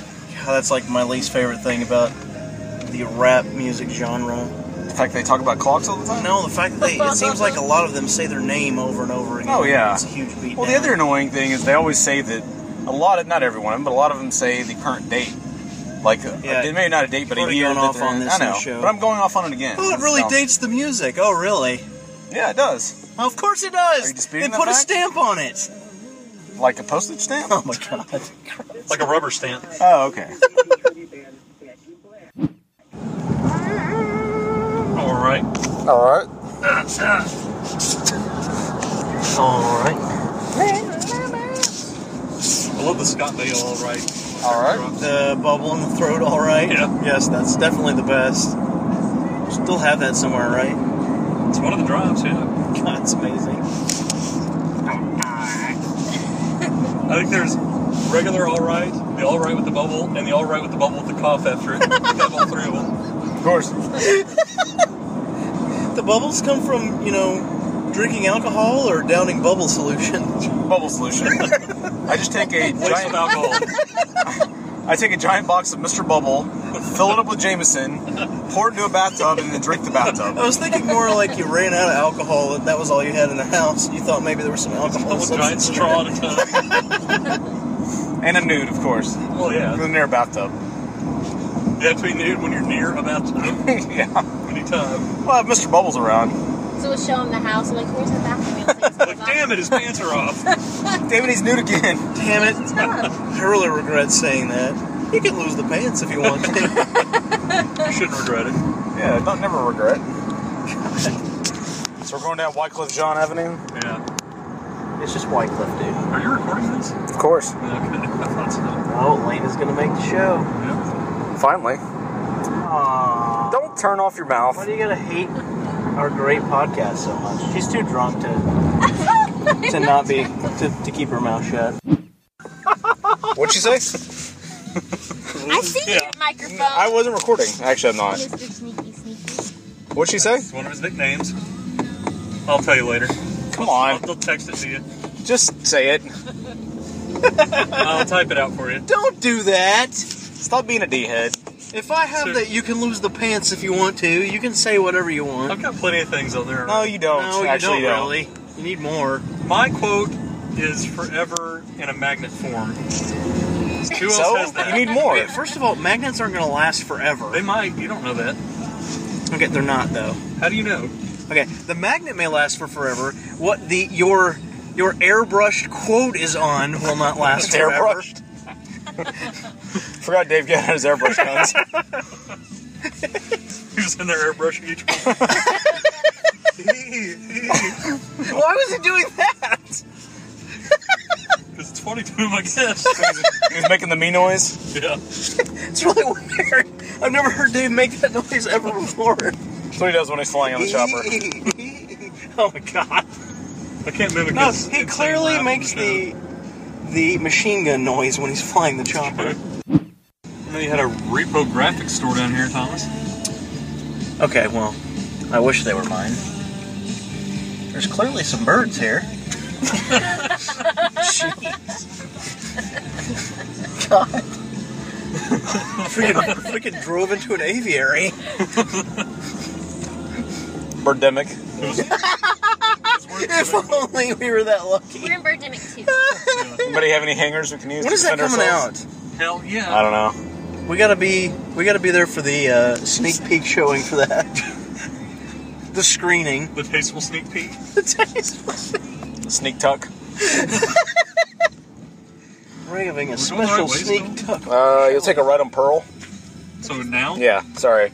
God, that's like my least favorite thing about the rap music genre. The fact they talk about clocks all the time? No, the fact that they, it seems like a lot of them say their name over and over again. Oh, yeah. It's a huge beat. Well, the other annoying thing is they always say that a lot of, not everyone, but a lot of them say the current date. Like, yeah, it may not a date, but a Already year gone that off they're on in. this I in the know, show. but I'm going off on it again. Oh, it really dates the music. Oh, really? Yeah, it does. of course it does. They put a stamp on it. Like a postage stamp? Oh my god. Like a rubber stamp. Oh, okay. All right. All right. All right. Ah. I love the Scottsdale. All right. All right. The bubble in the throat. All right. Yeah. Yes, that's definitely the best. Still have that somewhere, right? It's one of the drives. Yeah. God, it's amazing. I think there's regular all right, the all right with the bubble, and the all right with the bubble with the cough after it. You have all three of them. Of course. the bubbles come from you know drinking alcohol or downing bubble solution. Bubble solution. I just take a Waste giant of alcohol. I take a giant box of Mr. Bubble, fill it up with Jameson, pour it into a bathtub, and then drink the bathtub. I was thinking more like you ran out of alcohol and that was all you had in the house. You thought maybe there was some alcohol. One giant straw at a time. And a nude, of course. Well, yeah. near a bathtub. You have to be nude when you're near a bathtub. yeah. Anytime. Well, if Mr. Bubble's around. So we'll show him the house. I'm like, where's the bathroom? Damn it, his pants are off. David, he's nude again. Damn it. I really regret saying that. You can lose the pants if you want to. You shouldn't regret it. yeah, don't never regret. So we're going down Wycliffe John Avenue? Yeah. It's just Wycliffe, dude. Are you recording this? Of course. Okay. I thought so. Oh, Lane is going to make the show. Finally. Aww. turn off your mouth. Why do you gotta hate our great podcast so much? She's too drunk to to not be to, to keep her mouth shut. What'd she say? I see your microphone. I wasn't recording. Actually, I'm not. Mr. Sneaky Sneaky. What'd she say? One of his nicknames. I'll tell you later. Come on. I'll, I'll text it to you. Just say it. I'll type it out for you. Don't do that. Stop being a d head. If I have Sir. that, you can lose the pants if you want to. You can say whatever you want. I've got plenty of things on there. No, you don't. No, you Actually, don't, you don't. really. You need more. My quote is forever in a magnet form. Who else so has that? you need more. First of all, magnets aren't going to last forever. They might. You don't know that. Okay, they're not though. How do you know? Okay, the magnet may last for forever. What the your your airbrushed quote is on will not last It's forever. airbrushed. Forgot Dave got his airbrush guns. He was in there airbrushing each one. Why was he doing that? Because it's funny to him, I guess. he was making the me noise. Yeah. It's really weird. I've never heard Dave make that noise ever before. That's what he does when he's flying on the chopper. oh my god. I can't mimic No, his he insane clearly laugh makes on the the the machine gun noise when he's flying the chopper. I know you had a repo graphics store down here, Thomas. Okay, well, I wish they were mine. There's clearly some birds here. Jeez. God. freaking, freaking drove into an aviary. Birdemic. if only we were that lucky. We're in Birdemic too. Anybody have any hangers we can use? When to is that defend coming ourselves? out? Hell yeah. I don't know. We gotta be we gotta be there for the uh, sneak peek showing for that. the screening. The tasteful sneak peek. The tasteful. Sneak tuck. We're having a special sneak tuck. Uh, you'll take a right on Pearl. So now? Yeah, sorry.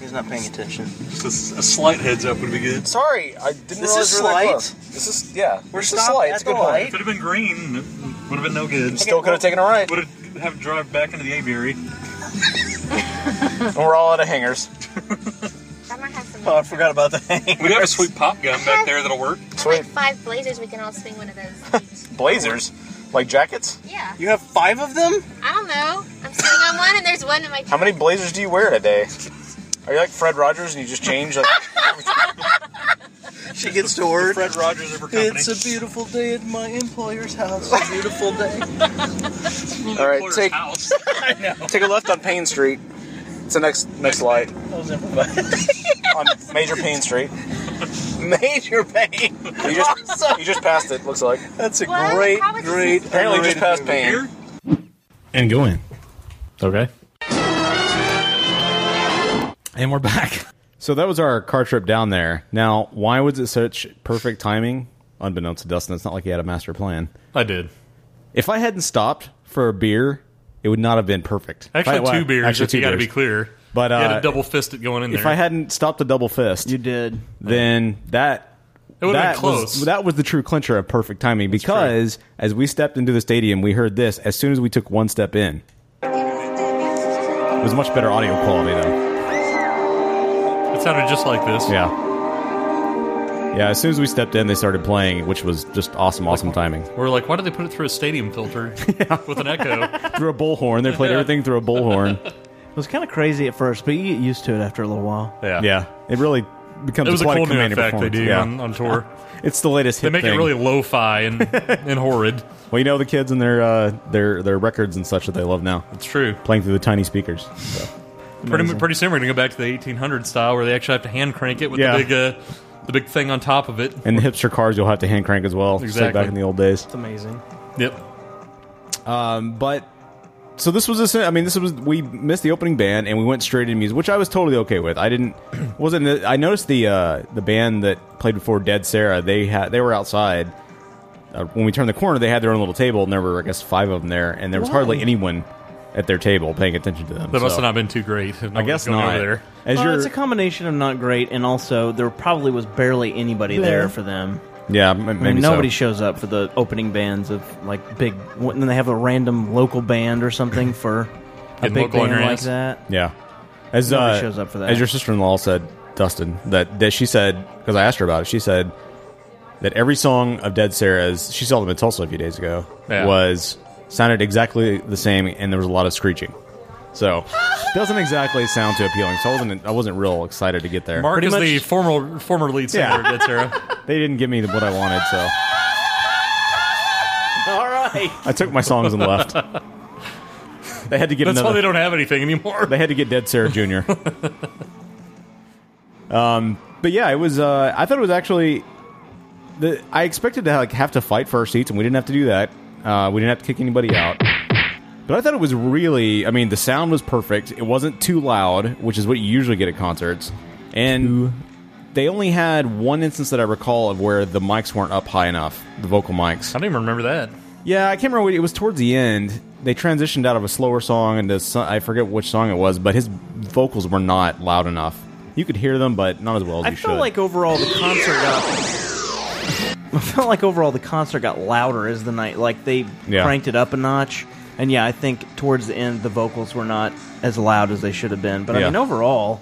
He's not paying attention. Just a, a slight heads up would be good. Sorry, I didn't This is slight. This is yeah. We're It's a stopped slight, at it's a the good one. light. If it had been green, it would have been no good. Still could have taken a right. Would have have to drive back into the aviary. And we're all out of hangers. I might have some. Oh, I forgot about the hangers. We have a sweet pop gun back there that'll work. Like five blazers, we can all swing one of those. Blazers, like jackets. Yeah. You have five of them. I don't know. I'm sitting on one, and there's one in my. How many blazers do you wear in a day? Are you like Fred Rogers and you just change? Like, she gets to work. Fred Rogers of her company. It's a beautiful day at my employer's house. A beautiful day. All right, take take a left on Payne Street. It's the next next light. on Major Payne Street. Major Payne. You just you just passed it. Looks like that's a What? great How was it- great. Apparently, just passed Payne. And go in. Okay. And we're back. So that was our car trip down there. Now, why was it such perfect timing? Unbeknownst to Dustin, it's not like he had a master plan. I did. If I hadn't stopped for a beer, it would not have been perfect. Actually, If I- two beers. actually if you got to beers. be clear. But you had uh, a double fist it going in there. if I hadn't stopped to double fist, you did. Then that It would've been that close. Was, that was the true clincher of perfect timing because as we stepped into the stadium, we heard this as soon as we took one step in. It was much better audio quality though. it sounded just like this. Yeah. Yeah, as soon as we stepped in, they started playing, which was just awesome, awesome timing. We're like, why did they put it through a stadium filter with an echo? through a bullhorn, they played Yeah. everything through a bullhorn. It was kind of crazy at first, but you get used to it after a little while. Yeah. Yeah, it really becomes It was a quite cool a new commanding effect they performance. do yeah. on, on tour. It's the latest They hit make it thing. really lo-fi and and horrid. Well, you know the kids and their uh, their their records and such that they love now. It's true. Playing through the tiny speakers. So. Pretty Amazing. pretty soon we're gonna go back to the 1800 style where they actually have to hand crank it with Yeah. the big uh, the big thing on top of it. and the hipster cars you'll have to hand crank as well. just like Exactly. back in the old days. It's amazing. Yep. Um, but so this was a, I mean, this was we missed the opening band and we went straight into music, which I was totally okay with. I didn't wasn't I noticed the uh, the band that played before Dead Sarah they had they were outside. Uh, when we turned the corner, they had their own little table, and there were I guess five of them there, and there was Why? hardly anyone at their table paying attention to them. That must so. have not been too great. I guess going not. Over there. As well, you're- it's Oh, a combination of not great, and also there probably was barely anybody Yeah. there for them. Yeah, I m- mean, maybe so. nobody shows up for the opening bands of like big. And then they have a random local band or something for a Getting big local on band your like ass. that. Yeah. As Nobody uh, shows up for that. As your sister-in-law said, Dustin, that that she said because I asked her about it. She said that every song of Dead Sarah's she saw them in Tulsa a few days ago Yeah. was sounded exactly the same, and there was a lot of screeching. So doesn't exactly sound too appealing. So I wasn't I wasn't real excited to get there. Mark Pretty is much- the former former lead singer Yeah. of Dead Sarah. they didn't give me what I wanted, so All right. I took my songs and left. They had to get That's another. why they don't have anything anymore. They had to get Dead Sarah Jr. um, but yeah, it was. Uh, I thought it was actually. The, I expected to like have to fight for our seats, and we didn't have to do that. Uh, we didn't have to kick anybody out. But I thought it was really. I mean, the sound was perfect. It wasn't too loud, which is what you usually get at concerts. And they only had one instance that I recall of where the mics weren't up high enough, the vocal mics. I don't even remember that. Yeah, I can't remember. What, it was towards the end. They transitioned out of a slower song into some, I forget which song it was, but his vocals were not loud enough. You could hear them, but not as well as I you felt should. like overall the concert got. I felt like overall the concert got louder as the night, like they Yeah. cranked it up a notch. And yeah, I think towards the end the vocals were not as loud as they should have been. But I Yeah. mean, overall,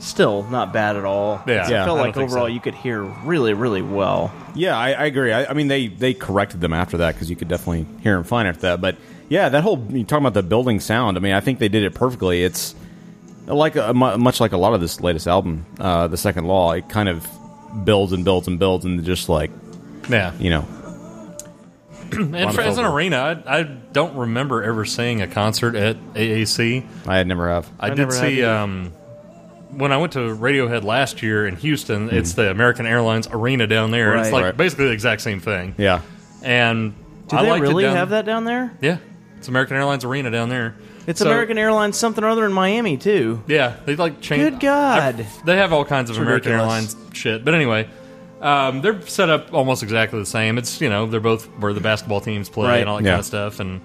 still not bad at all. Yeah. I Yeah, felt I like don't think so. overall you could hear really, really well. yeah, I, I agree. I, I mean, they they corrected them after that because you could definitely hear them fine after that. But yeah, that whole you talking about the building sound. I mean, I think they did it perfectly. It's like a, mu- much like a lot of this latest album, uh, the Second Law. It kind of builds and builds and builds, and just like Yeah. you know, and for, as an arena, I, I don't remember ever seeing a concert at AAC. I had never have. I, I did never have see either. um, when I went to Radiohead last year in Houston. It's the American Airlines Arena down there. It's Hmm. Right. like Right. basically the exact same thing. Yeah. And Do I they liked it really down- have that down there? Yeah, it's American Airlines Arena down there. It's So- American Airlines something or other in Miami too. Yeah, they like change. Good God. I- they have all kinds of It's American ridiculous. Airlines shit. But anyway, um, they're set up almost exactly the same. It's you know they're both where the basketball teams play Right. and all that Yeah. kind of stuff. And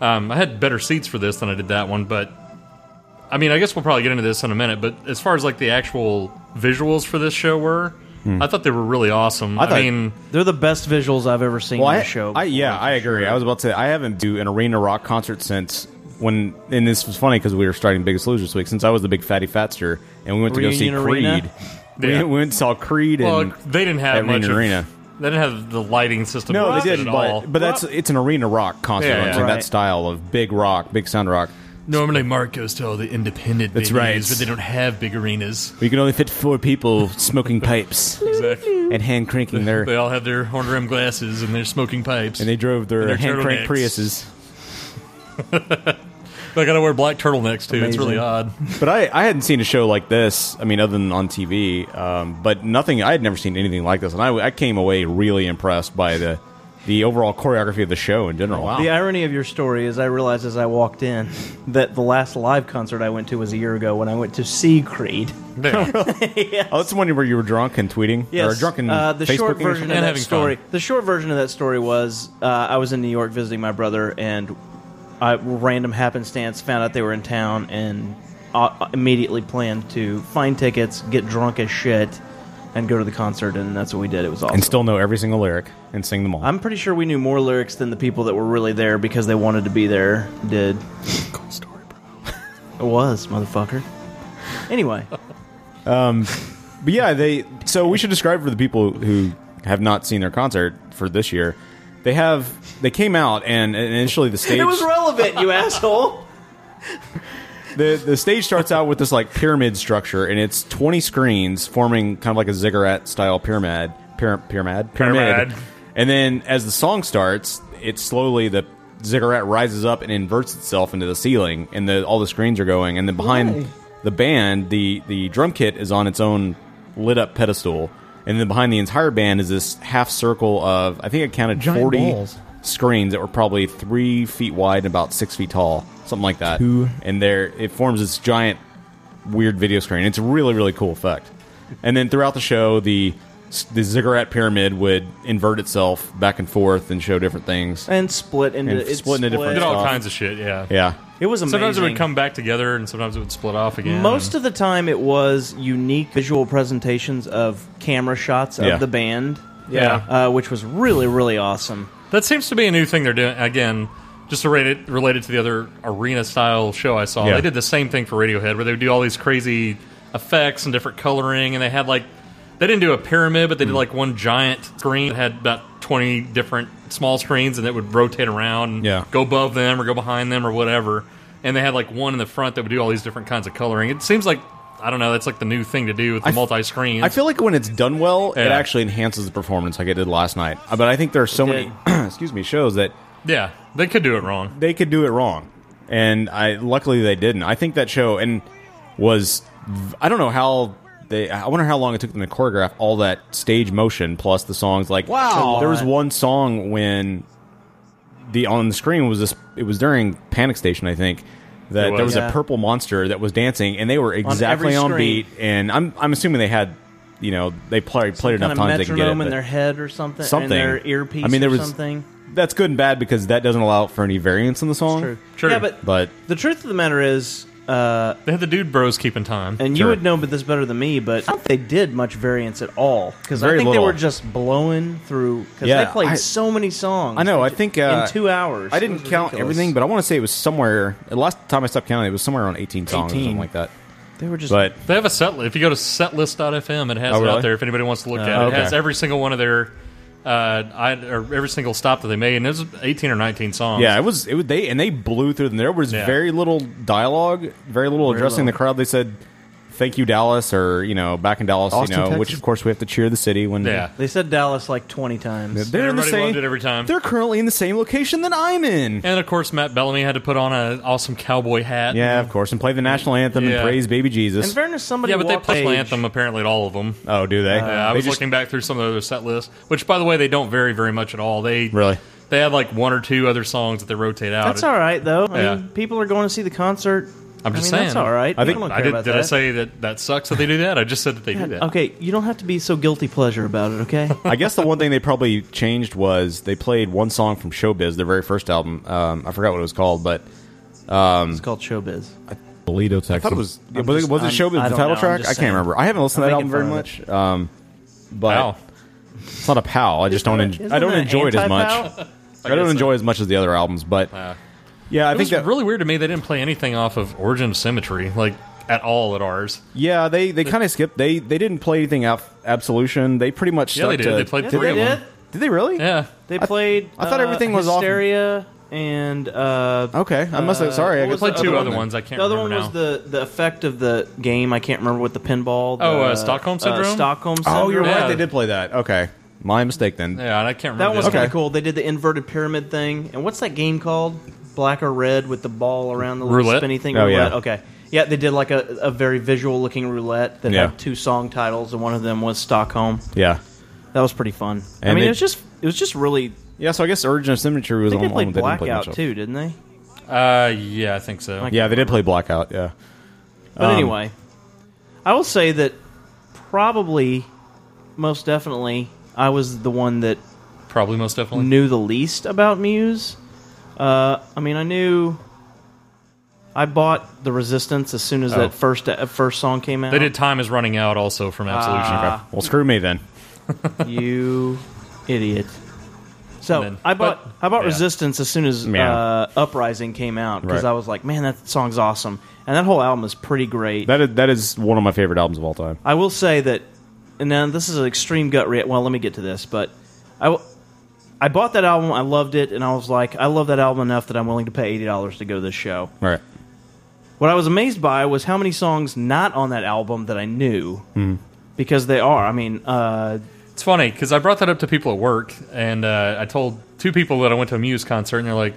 um, I had better seats for this than I did that one. But I mean, I guess we'll probably get into this in a minute. But as far as like the actual visuals for this show were, Hmm. I thought they were really awesome. I, I thought- mean, they're the best visuals I've ever seen Well, on I, a show. I, yeah, I agree. I was about to say I haven't do an arena rock concert since when. And this was funny because we were starting Biggest Loser this week. Since I was the big fatty fatster, and we went to Reunion go see Creed. Arena? We Yeah. went- we went and saw Creed. well, and they didn't have at Reunion much of- arena. They didn't have the lighting system. No, they listed didn't. at But, all. but that's it's an arena rock concert. Yeah, I'm yeah. saying Right. That style of big rock, big sound rock. normally Mark goes to all the independent. That's venues, right. but they don't have big arenas. We can only fit four people smoking pipes Exactly. and hand cranking their They all have their horn rimmed glasses and they're smoking pipes. and they drove their, And their hand crank turtlenecks. Priuses. They gotta wear black turtlenecks too. It's really odd. But I, I hadn't seen a show like this. I mean, other than on TV, um, but nothing. I had never seen anything like this, and I, I came away really impressed by the the overall choreography of the show in general. Oh, The irony of your story is I realized as I walked in that the last live concert I went to was a year ago when I went to see Creed. Oh, that's the one where you were drunk and tweeting, or Yes, drunk and uh, the short Facebooking or version something? of that story. The short version of that story was uh, I was in New York visiting my brother, and I random happenstance found out they were in town, and uh, immediately planned to find tickets, get drunk as shit, and go to the concert, and that's what we did. It was awesome. and still know every single lyric and sing them all. I'm pretty sure we knew more lyrics than the people that were really there because they wanted to be there did. Cool story, bro. it was, motherfucker. Anyway, Um, but yeah, they. So we should describe for the people who have not seen their concert for this year. They have they came out and and initially the stage it was relevant, you asshole. the the stage starts out with this like pyramid structure, and it's twenty screens forming kind of like a ziggurat style pyramid, pyra- pyramid, Pyramid. And then as the song starts, it slowly the ziggurat rises up and inverts itself into the ceiling, and the, all the screens are going. And then behind Yay. the band, the the drum kit is on its own lit up pedestal, and then behind the entire band is this half circle of I think I counted Giant forty balls. screens that were probably three feet wide and about six feet tall, something like that. Two. And there, it forms this giant, weird video screen. It's a really, really cool effect. And then throughout the show, the the ziggurat pyramid would invert itself back and forth and show different things. And split into And it's split into different Did all stuff. kinds of shit, yeah. Yeah. It was Sometimes it would amazing. come back together and sometimes it would split off again. Most of the time, it was unique visual presentations of camera shots of Yeah. the band. Yeah. uh, which was really, really awesome. That seems to be a new thing they're doing. Again, just related related to the other arena style show I saw. Yeah. They did the same thing for Radiohead, where they would do all these crazy effects and different coloring, and they had like they didn't do a pyramid, but they Mm. did like one giant screen that had about twenty different small screens, and it would rotate around, and Yeah. go above them or go behind them or whatever. And they had like one in the front that would do all these different kinds of coloring. It seems like I don't know. That's like the new thing to do with the I f- multi screens. I feel like when it's done well, it Yeah. actually enhances the performance, like it did last night. Uh, But I think there are so many, excuse me, shows that yeah, they could do it wrong. They could do it wrong, and I luckily they didn't. I think that show and was v- I don't know how they. I wonder how long it took them to choreograph all that stage motion plus the songs. Like Wow. there was one song when the on the screen was this. It was during Panic Station, I think. That It was. there was Yeah. a purple monster that was dancing, and they were every exactly on, screen. beat. And I'm I'm assuming they had, you know, they play, played kind enough of times they could get it. metronome in but- their head or something, something in their earpiece. I mean, there or was something. That's good and bad because that doesn't allow for any variance in the song. True. True. Yeah, but- The truth of the matter is, uh, they had the dude bros keeping time, and you Sure. would know this better than me. But I don't think they did much variance at all because I Very think little. they were just blowing through because Yeah, they played I- so many songs. I know. I Like, think uh, in two hours I It didn't was count ridiculous. everything, but I want to say it was somewhere. The last time I stopped counting, it was somewhere around eighteen songs or 18. something like that. They were just But They have a set. If you go to setlist.fm, it has Oh, it really? out there. If anybody wants to look Oh, at it, okay. it has every single one of their, uh, I, or every single stop that they made, and there's 18 or 19 songs. yeah, it was it was they and they blew through them. There was Yeah. very little dialogue, very little Very addressing the little. crowd. They said. Thank you, Dallas, or you know, back in Dallas, Austin, you know, Texas. which of course we have to cheer the city when they said Dallas like twenty times. They're in the Everybody loved same- it every time. they're currently in the same location that I'm in. And of course, Matt Bellamy had to put on an awesome cowboy hat. yeah, of course, and play the national anthem Yeah. and praise baby Jesus. In fairness, somebody yeah, but they walked play page- anthem apparently at all of them. Oh, do they? Yeah, Uh, I They was just- looking back through some of their set lists, which by the way, they don't vary very much at all. They really they had like one or two other songs that they rotate out. That's all right though. I Yeah. mean, people are going to see the concert. I'm I just mean, saying that's all right. I think People don't I care did. about did I that. say that that sucks that they do that? I just said that they do that. Okay, you don't have to be so guilty pleasure about it. Okay, I guess the one thing they probably changed was they played one song from Showbiz, their very first album. Um, I forgot what it was called, but um, it's called Showbiz. Toledo, Texas. I thought it was I'm was, just- it, was it I'm- Showbiz I the don't title know, I'm track? I just can't saying. remember. I haven't listened I'm to that album very making much. Um, but it's not a pal. I just don't. En- I isn't don't that enjoy it as much. anti-pal? I I don't guess enjoy as much as the other albums, but yeah, I it think was really weird to me they didn't play anything off of Origin of Symmetry like at all at ours. Yeah, they, they kind of skipped. They they didn't play anything out Absolution. They pretty much Yeah, they stuck did. to- They played three they of did. them. Did they really? Yeah, They played. I thought uh, everything was off- Hysteria and uh, okay. I must have- sorry, I what guess was I the played two one other then? ones. I can't The other remember one was the the effect of the game. I can't remember what the pinball. The, Oh, uh, Stockholm Syndrome? Stockholm. Syndrome. Oh, you're right. They did play that. Okay, my mistake then. Yeah, and I can't That remember. one was Okay. kind of cool. They did the inverted pyramid thing. And what's that game called? Black or red with the ball around the little Roulette? spinny thing. Oh, yeah. roulette. Okay. Yeah, they did like a, a very visual looking roulette that Yeah. had two song titles, and one of them was Stockholm. Yeah. That was pretty fun. I And mean, they- it was just it was just really. Yeah, so I guess Origin of Symmetry I was think on they played one they didn't play much Blackout of. too, didn't they? Uh, yeah, I think so. Yeah, they did play Blackout. Yeah, But Um, anyway, I will say that probably, most definitely, I was the one that probably most definitely knew the least about Muse. Uh, I mean, I knew. I bought the Resistance as soon as Oh. that first uh, first song came out. They did Time is Running Out also from Absolution. Ah. well, screw me then. you idiot. So And then- I bought I bought yeah. Resistance as soon as Yeah. uh, Uprising came out because Right. I was like, man, that song's awesome, and that whole album is pretty great. That is that is one of my favorite albums of all time. I will say that, and now this is an extreme gut reaction. Well, let me get to this, but I, w- I bought that album, I loved it, and I was like, I love that album enough that I'm willing to pay eighty dollars to go to this show. Right. What I was amazed by was how many songs not on that album that I knew Hmm. because they are. I mean, uh, It's funny because I brought that up to people at work, and uh, I told two people that I went to a Muse concert, and they're like,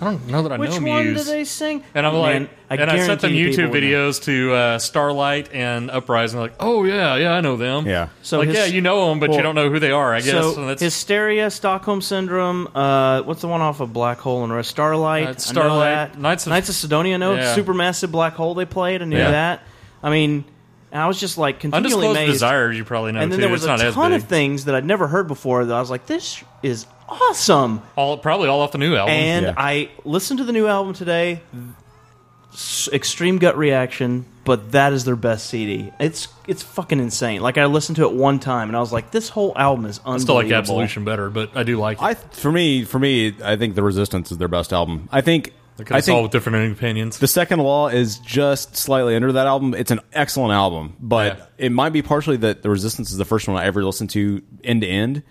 "I don't know that I which know one Muse." do they sing? and I'm Man, like, and I sent them guarantee people YouTube would know. videos to uh, Starlight and Uprising. Like, oh yeah, yeah, I know them. Yeah. So like, hys- yeah, you know them, but well, you don't know who they are. I guess. So and that's hysteria, Stockholm syndrome. Uh, what's the one off of Black Hole and Rest? Starlight. Uh, I know Starlight, that. Knights of- Sidonia. I know Yeah. supermassive black hole they played. I knew Yeah. that. I mean, I was just like continually Undisclosed amazed. Desires. You probably know. and then too. there was it's not a as ton big. of things that I'd never heard before that I was like, this is awesome. all probably all off the new album. And I listened to the new album today. s- extreme gut reaction, but that is their best CD. It's it's fucking insane. Like I listened to it one time and I was like, this whole album is unbelievable. I still like Absolution better, but I do like it. I for me for me I think the Resistance is their best album. I think Because it's all with different opinions. The Second Law is just slightly under that album. It's an excellent album, but it might be partially that the Resistance is the first one I ever listened to end to end,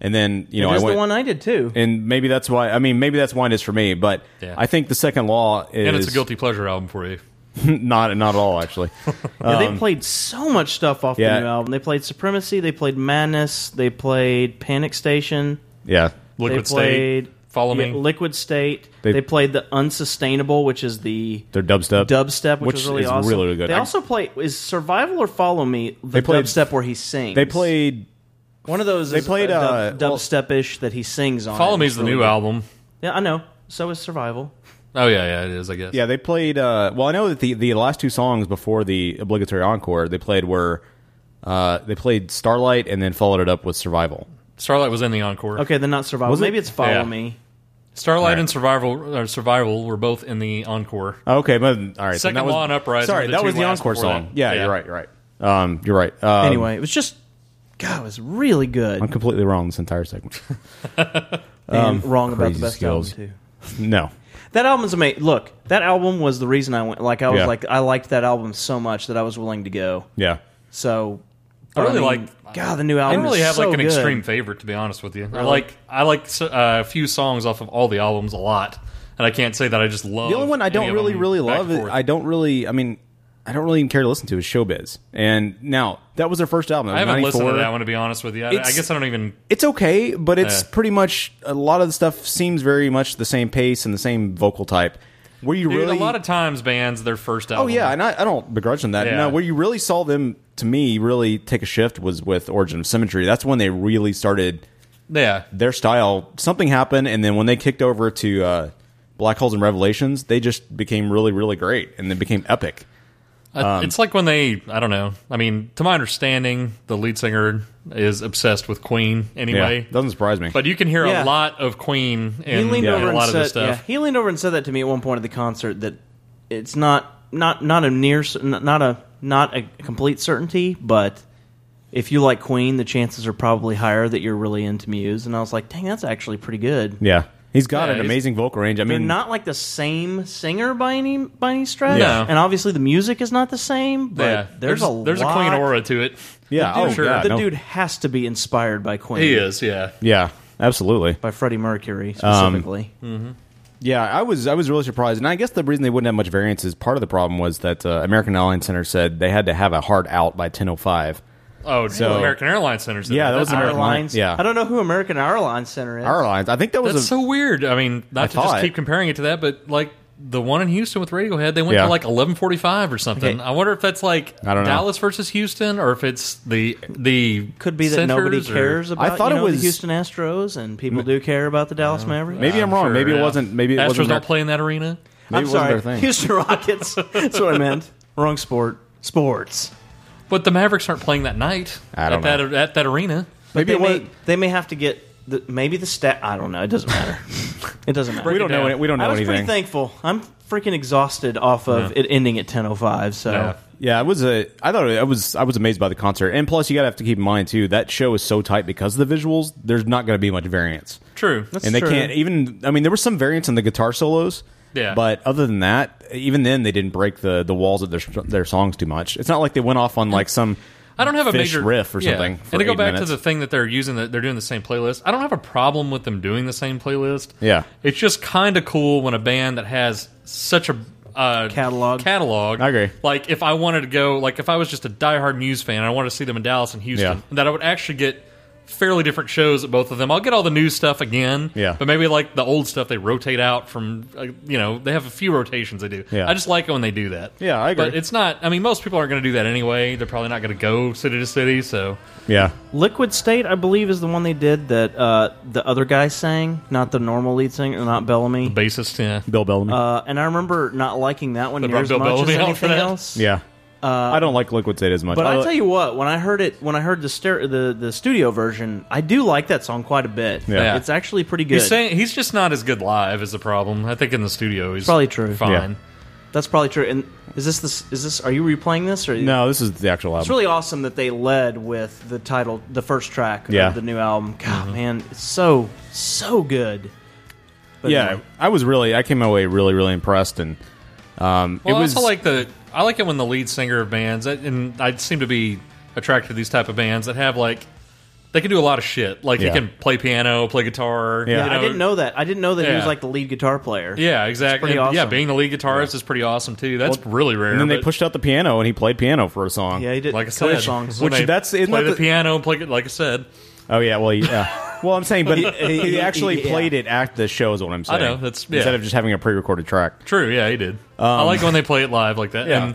and then you know it I is went the one I did too. and maybe that's why. I mean, maybe that's why it is for me. But Yeah. I think the Second Law is and it's a guilty pleasure album for you. not not at all actually. Yeah, they Um, played so much stuff off yeah. the new album. They played Supremacy, they played Madness, they played Panic Station. yeah. they played, Follow yeah, Me. Liquid State. They- They, played the Unsustainable, which is the Their dubstep, dubstep, which, was really is awesome. really good. They I- also play is Survival or Follow Me. The They played- dubstep where he sings. they played one of those. they is played, a dub- uh, well- dubstep-ish that he sings on. Follow It. Me It's is the really new good. album. Yeah, I know. So is Survival. Oh yeah, yeah, it is. I guess. Yeah, they played. Uh, well, I know that the the last two songs before the obligatory encore they played were uh, they played Starlight and then followed it up with Survival. Starlight was in the encore. Okay, then not Survival. Was it? Maybe it's Follow Yeah. Me. Starlight Alright. and Survival or Survival were both in the encore. Okay, but Uh, all right, then Second that was, Law and Uprising Sorry, were the that two was the last encore before song. that. Yeah, Yeah. you're right. You're right. Um, you're right. Um, anyway, it was just God. It was really good. I'm completely wrong this entire segment. Um, And wrong about the crazy best album, No, That album's amazing. Look, that album was the reason I went. Like I was Yeah. like I liked that album so much that I was willing to go. yeah. So I but really mean, like. God the new album. I don't really is have so like an good. extreme favorite, to be honest with you. I Really? like I like s- uh, a few songs off of all the albums a lot, and I can't say that I just love. The only one I any don't of really them really back love. and Is, forth. I don't really. I mean, I don't really even care to listen to is Showbiz. And now that was their first album. That I was haven't listened to 94. that one to be honest with you. I, I It's- guess I don't even. It's okay, but it's Yeah. pretty much a lot of the stuff seems very much the same pace and the same vocal type. Where you Dude, really a lot of times bands their first Oh album. yeah, and I, I don't begrudge them that. Yeah. No, where you really saw them to me really take a shift was with Origin of Symmetry. That's when they really started yeah. their style. Something happened, and then when they kicked over to uh, Black Holes and Revelations, they just became really, really great, and they became epic. I- Um, Uh, it's like when they, I don't know. I mean, to my understanding, the lead singer is obsessed with Queen anyway. Yeah, doesn't surprise me. But you can hear Yeah. a lot of Queen He in, leaned in over a and lot of said, this stuff. Yeah, he leaned over and said that to me at one point at the concert that it's not not not a near cer- not a not a complete certainty, but if you like Queen, the chances are probably higher that you're really into Muse. And I was like, dang, that's actually pretty good. Yeah, he's got Yeah, an he's- amazing vocal range. I They're mean, not like the same singer by any by any stretch. No. And obviously the music is not the same, but Yeah. there's, a there's a lot- Queen aura to it. the dude, For sure. the dude has to be inspired by Queen. He is, yeah. Yeah, absolutely. By Freddie Mercury Um, specifically. Mhm. Yeah, I was I was really surprised, and I guess the reason they wouldn't have much variance is part of the problem was that uh, American Airlines Center said they had to have a hard out by ten oh five. Oh, So- American Airlines Center. said Yeah, that was That's American Airlines. Yeah, I don't know who American Airlines Center is. Airlines. I think that was That's a, so weird. I mean, not I to thought. just keep comparing it to that, but like the one in Houston with Radiohead, they went Yeah. to like eleven forty five or something. Okay. I wonder if that's like I don't know. Dallas versus Houston, or if it's the the Could be that nobody cares about I thought Uh, you it know, was- the Houston Astros, and people do care about the Dallas Mavericks. Maybe I'm wrong. maybe it wasn't. Maybe it Astros wasn't. don't their- play in that arena. I'm Maybe it wasn't sorry, their thing. Houston Rockets. That's what I meant. Wrong sport. Sports. But the Mavericks aren't playing that night I don't at that at that arena. Maybe they, may, they may have to get the, maybe the stat. I don't know. It doesn't matter. it doesn't matter. We don't know any- we don't know I was anything. pretty thankful. I'm freaking exhausted off of Yeah. it ending at 10:05. So Yeah. Yeah, it was a. I thought it was. I was amazed by the concert, and plus, you gotta have to keep in mind too that show is so tight because of the visuals. There's not gonna be much variance. True. That's and they true. can't even. I mean, there was some variance in the guitar solos. Yeah. But other than that, even then, they didn't break the, the walls of their their songs too much. It's not like they went off on like some. I don't have a fish major riff or yeah. something. for and to go eight back minutes. to the thing that they're using, that they're doing the same playlist. I don't have a problem with them doing the same playlist. Yeah. It's just kind of cool when a band that has such a uh, catalog. Catalog. I agree. Like if I wanted to go, like if I was just a diehard Muse fan, and I wanted to see them in Dallas and Houston, Yeah. that I would actually get fairly different shows at both of them. I'll get all the new stuff again. Yeah. But maybe like the old stuff they rotate out from. Uh, you know, they have a few rotations they do. Yeah. I just like it when they do that. Yeah, I agree. But it's not. I mean, most people aren't going to do that anyway. They're probably not going to go city to city. So yeah. Liquid State, I believe, is the one they did that uh, the other guy sang, not the normal lead singer, not Bellamy, the bassist, yeah, Bill Bellamy. Uh, and I remember not liking that one They near brought as Bill much Bellamy as out for anything that? else. yeah. Uh, I don't like Liquid State as much. But I I- tell you what, when I heard it, when I heard the ster- the the studio version, I do like that song quite a bit. Yeah. it's actually pretty good. He's saying he's just not as good live is the problem. I think in the studio he's Probably true. Fine. That's probably true. And is this this is this? Are you replaying this or No, this is the actual It's album. really awesome that they led with the title, the first track Yeah. of the new album. Mm-hmm. God, man, it's so so good. yeah, anyway. I was really, I came away really, really impressed, and um, Well, it was I also like the I like it when the lead singer of bands and I seem to be attracted to these type of bands that have like they can do a lot of shit. Like Yeah. he can play piano, play guitar. Yeah, you know. I didn't know that. I didn't know that he was Yeah. like the lead guitar player. Yeah, It's exactly. pretty And, Yeah, awesome. being the lead guitarist is pretty awesome too. That's really rare. And then they but pushed out the piano, and he played piano for a song. Yeah, he did like I cover said, songs. when Which they that's- isn't play that the, the- piano, play it like I said. Oh yeah, well, yeah. well, I'm saying, but he, He- he he- actually yeah. played it at the show. Is what I'm I saying. know, that's- yeah. instead of just having a pre-recorded track. True, yeah, he did. I Um, like when they play it live like that. Yeah. And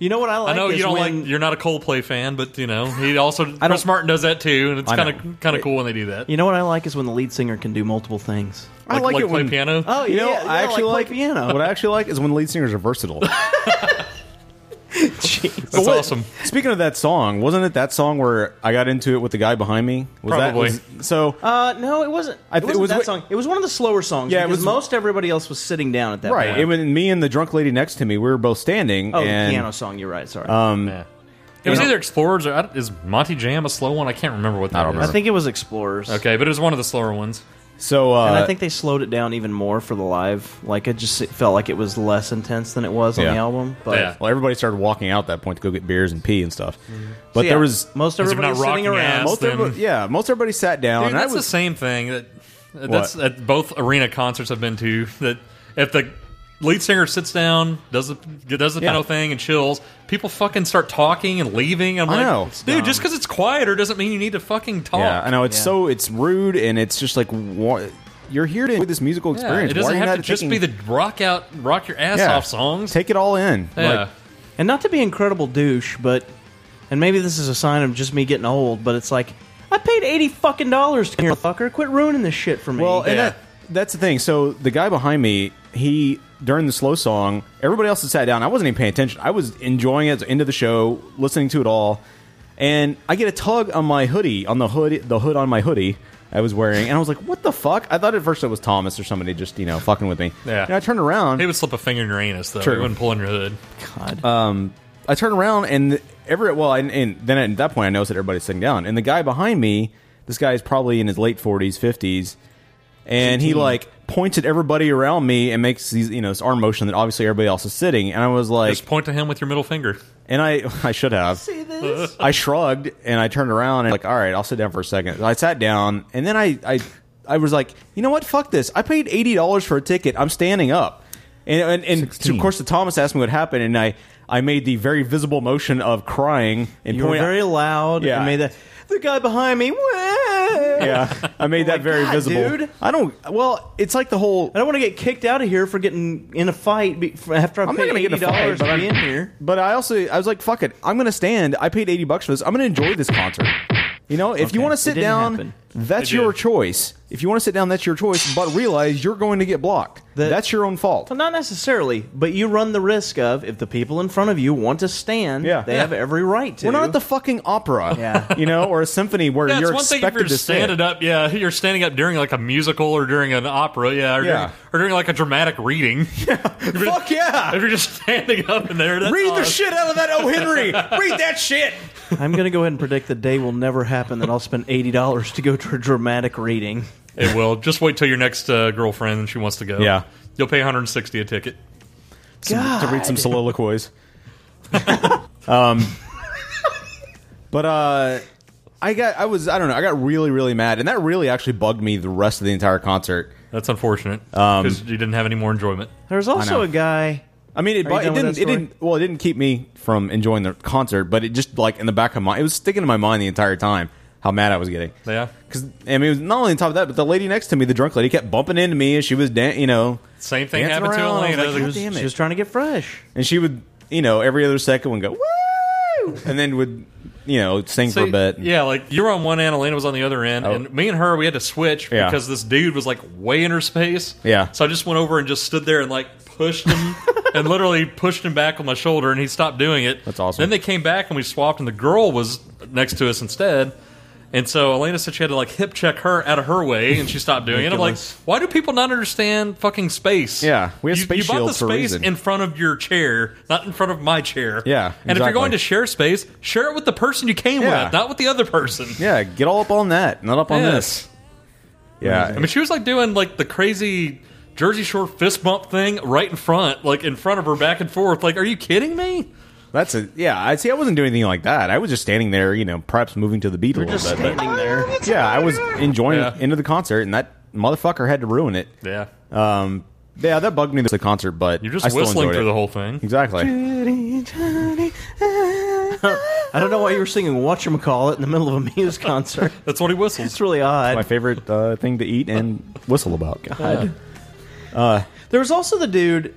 You know what I I like? know is you don't when, like you're not a Coldplay fan, but you know he also Chris Martin does that too, and it's I know. kind of kind of cool when they do that. You know what I like is when the lead singer can do multiple things. I like, it play when piano. Oh, You know, yeah, I yeah, actually like like, play piano. What I actually like is when lead singers are versatile. That's awesome. Speaking of that song, wasn't it that song where I got into it with the guy behind me? Was Probably. That, was- so Uh, no, it wasn't. I I th- it wasn't it was that wi- song. It was one of the slower songs. Yeah, it Yeah, because was- most everybody else was sitting down at that right, point. it was me and the drunk lady next to me. We were both standing. Oh, the and, piano song. You're right. Sorry. Um, It was either Explorers or I don't- is Monty Jam a slow one? I can't remember what that don't is. remember. I think it was Explorers. Okay, but it was one of the slower ones. So uh, and I think they slowed it down even more for the live. Like it just it felt like it was less intense than it was on the album. But well, everybody started walking out at that point to go get beers and pee and stuff. But Mm-hmm. So, yeah, there was most Because if everybody not was sitting rocking around. ass, Most everybody- then- yeah, most everybody sat down. Dude, and I that's was, the same thing that that's at both arena concerts I've been to. That if the lead singer sits down, does the does the Yeah. piano thing and chills, people fucking start talking and leaving. I'm I like, know. dude, just because it's quieter doesn't mean you need to fucking talk. yeah, I know it's so it's rude and it's just like wha- you're here to enjoy this musical Yeah, experience. it Why are doesn't you have not to just taking- be the rock out, rock your ass Yeah. off songs. Take it all in. Yeah. Like- and not to be incredible douche, but and maybe this is a sign of just me getting old, but it's like I paid eighty fucking dollars to come here, fucker. Quit ruining this shit for me. Well, and that, that's the thing. So the guy behind me, he during the slow song, everybody else had sat down. I wasn't even paying attention. I was enjoying it. Into the show, listening to it all, and I get a tug on my hoodie, on the hood, the hood on my hoodie I was wearing, and I was like, "What the fuck?" I thought at first it was Thomas or somebody just you know fucking with me. Yeah. And I turned around. He would slip a finger in your anus though. True. He wouldn't pull in your hood. God. Um, I turn around and every well, and, and then at that point I noticed that everybody's sitting down, and the guy behind me, this guy is probably in his late forties, fifties, and he Eighteen. like points at everybody around me and makes these you know this arm motion that obviously everybody else is sitting, and I was like, Just point to him with your middle finger. and I I should have. this? I shrugged and I turned around and like, all right, I'll sit down for a second. So I sat down and then I I, I was like, you know what? Fuck this. I paid eighty dollars for a ticket. I'm standing up. And and, and to- of course, the Thomas asked me what happened, and I I made the very visible motion of crying and you were point- very loud. Yeah. and made that the guy behind me. yeah, I made that very Oh God, visible. dude. I don't. Well, it's like the whole. I don't want to get kicked out of here for getting in a fight be- for- after I I'm not paid gonna get in eighty a fight, dollars but to I'm- be in here. But I also I was like, fuck it. I'm gonna stand. I paid eighty bucks for this. I'm gonna enjoy this concert. You know, if Okay. you want to It sit didn't down, happen. that's It your choice. If you want to sit down, that's your choice. But realize you're going to get blocked. that's your own fault. Well, not necessarily, but you run the risk of if the people in front of you want to stand, Yeah. they Yeah. have every right to. We're not at the fucking opera, Yeah. you know, or a symphony where Yeah, it's you're one thing if expected you're to stand standing up. Yeah, you're standing up during like a musical or during an opera. Yeah, or, Yeah. During, or during like a dramatic reading. Fuck yeah! If you're just standing up in there, that's Read the awesome. shit out of that O. Henry. Read that shit. I'm going to go ahead and predict the day will never happen that I'll spend eighty dollars to go to a dramatic reading. It will. Just wait till your next uh, girlfriend and she wants to go. Yeah. you'll pay 160 a ticket. Some- to read some soliloquies. um, but uh, I got I was I don't know I got really really mad and that really actually bugged me the rest of the entire concert. That's unfortunate Um, because you didn't have any more enjoyment. There's I know. also a guy. I mean, it, Are you done bu- it with didn't that it story? didn't well it didn't keep me from enjoying the concert, but it just like in the back of my it was sticking in my mind the entire time how mad I was getting. Yeah, because I mean, it was not only on top of that, but the lady next to me, the drunk lady, kept bumping into me and she was dan- you know Same thing dancing happened to around. I Elena. was She like, was- "God damn she it." was trying to get fresh. and she would you know every other second would go woo, and then would you know sing for a See, bit. Yeah, like you were on one end, Elena was on the other end, Oh. and me and her we had to switch Yeah. because this dude was like way in her space. Yeah. So I just went over and just stood there and like pushed him and literally pushed him back on my shoulder, and he stopped doing it. That's awesome. Then they came back and we swapped, and the girl was next to us instead. And so Elena said she had to like hip check her out of her way, and she stopped doing it. I'm like, Ridiculous. why do people not understand fucking space? Yeah, we have you, space you bought the shield for a space reason. in front of your chair, not in front of my chair. Yeah, and if you're exactly. going to share space, share it with the person you came Yeah. with, not with the other person. Yeah, get all up on that, not up on Yes. this. Yeah, I mean, she was like doing like the crazy Jersey Shore fist bump thing right in front, like in front of her, back and forth. Like, are you kidding me? That's a yeah. I see. I wasn't doing anything like that. I was just standing there, you know, perhaps moving to the beat a little just bit. but- standing there. Yeah, I was enjoying the end of the concert, and that motherfucker had to ruin it. Yeah. Um. Yeah, that bugged me the concert, but you're just whistling through the whole thing. Exactly. I don't know why you were singing "Watch 'Em Call It" in the middle of a Muse concert. That's what he whistles. It's really odd. My favorite uh, thing to eat and whistle about. God. Uh, There was also the dude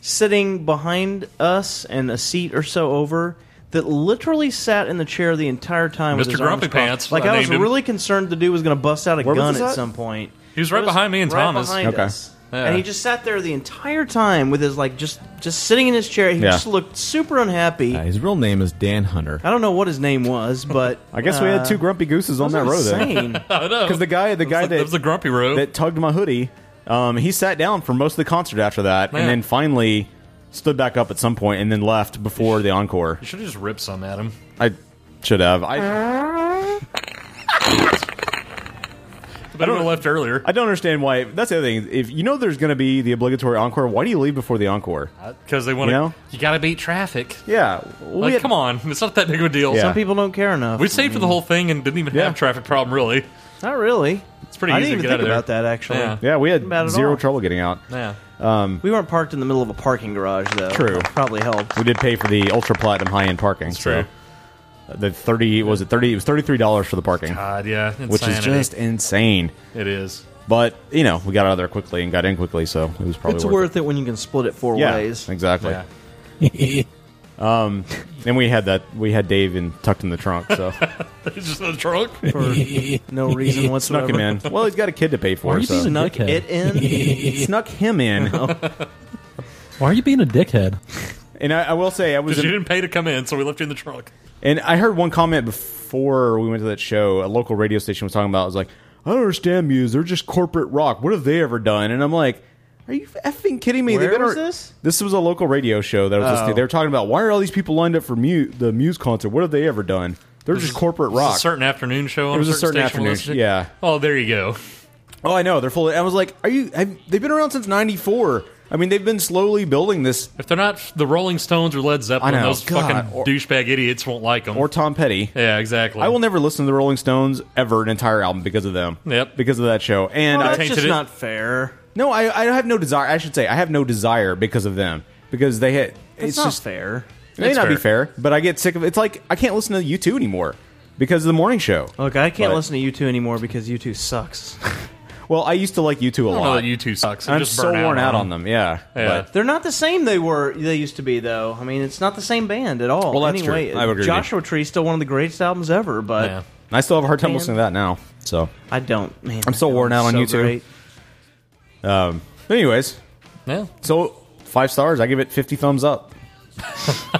sitting behind us and a seat or so over that literally sat in the chair the entire time. with Mr. his arms Grumpy crossed. Pants, Like I I, was named him. really concerned the dude was going to bust out a Where was gun this at at? some point. He was It right behind me and right Thomas. behind Okay. us. Yeah. And he just sat there the entire time with his like just just sitting in his chair. He Yeah. just looked super unhappy. his real name is Dan Hunter. I don't know what his name was, but I guess we had uh, two grumpy gooses on that those are row then. insane. Because the guy, the guy that the grumpy row that tugged my hoodie, um, he sat down for most of the concert after that, Man. and then finally stood back up at some point, and then left before the encore. You should have just ripped some at him. I should have. I, But I don't left earlier. I don't understand why. That's the other thing. If you know there's going to be the obligatory encore, why do you leave before the encore? Because Uh, they want to. You You, know? got to beat traffic. Yeah. we like, had- come on, it's not that big of a deal. Yeah. Some people don't care enough. We stayed for the whole thing and didn't even have traffic problem really. Not really. It's pretty I easy didn't to even get out think of there. about that actually. Yeah. we Bad had at zero all. trouble getting out. Yeah. Um, we weren't parked in the middle of a parking garage though. True. Probably helped. We did pay for the ultra platinum high end parking. true. so, uh, the thirty was it thirty? It was thirty three dollars for the parking. God, yeah, which is insanity. just insane. It is. But you know, we got out of there quickly and got in quickly, so it was probably it's worth, worth it. when you can split it four yeah, ways. Exactly. um, and we had that. We had Dave in, tucked in the trunk, so It's just in the trunk. For no reason whatsoever. snuck him in. Well, he's got a kid to pay for. Why are you so. being a Snuck dickhead? it in? snuck him in. Why are you being a dickhead? And I, I will say, I was Because you in- didn't pay to come in, so we left you in the trunk. And I heard one comment before we went to that show. A local radio station was talking about. It was like, I don't understand Muse. They're just corporate rock. What have they ever done? And I'm like, Are you effing kidding me? They've Where been was ar- this? This was a local radio show that I was Oh. listening. They were talking about why are all these people lined up for Mu- the Muse concert? What have they ever done? They're This just is- corporate this is rock. A certain afternoon show. On It was a certain station we're afternoon, listening to. yeah. Oh, there you go. oh, I know. They're full. Of, I was like, Are you? Have, they've been around since '94. I mean, they've been slowly building this. If they're not the Rolling Stones or Led Zeppelin, I know. those God, fucking or- douchebag idiots won't like them. Or Tom Petty. Yeah, exactly. I will never listen to the Rolling Stones ever an entire album because of them. Yep. Because of that show. And Well, I- that's just not fair. No, I, I have no desire. I should say I have no desire because of them because they hit. That's it's not just fair. It may That's not be fair. fair, but I get sick of. It's like I can't listen to U two anymore because of the morning show. Look, I can't But- listen to you two anymore because you two sucks. Well, I used to like U two a I don't know lot. that U2 sucks. They I'm just so burn out worn on out them. on them. Yeah. But- They're not the same they were they used to be though. I mean, it's not the same band at all. Well, that's true. anyway, I would agree with you. Joshua Tree still one of the greatest albums ever, but Yeah. I still have a hard time Man. listening to that now. So I don't. Man, I'm still worn out on so U two. great. Um. Anyways. Yeah. So five stars. I give it 50 thumbs up.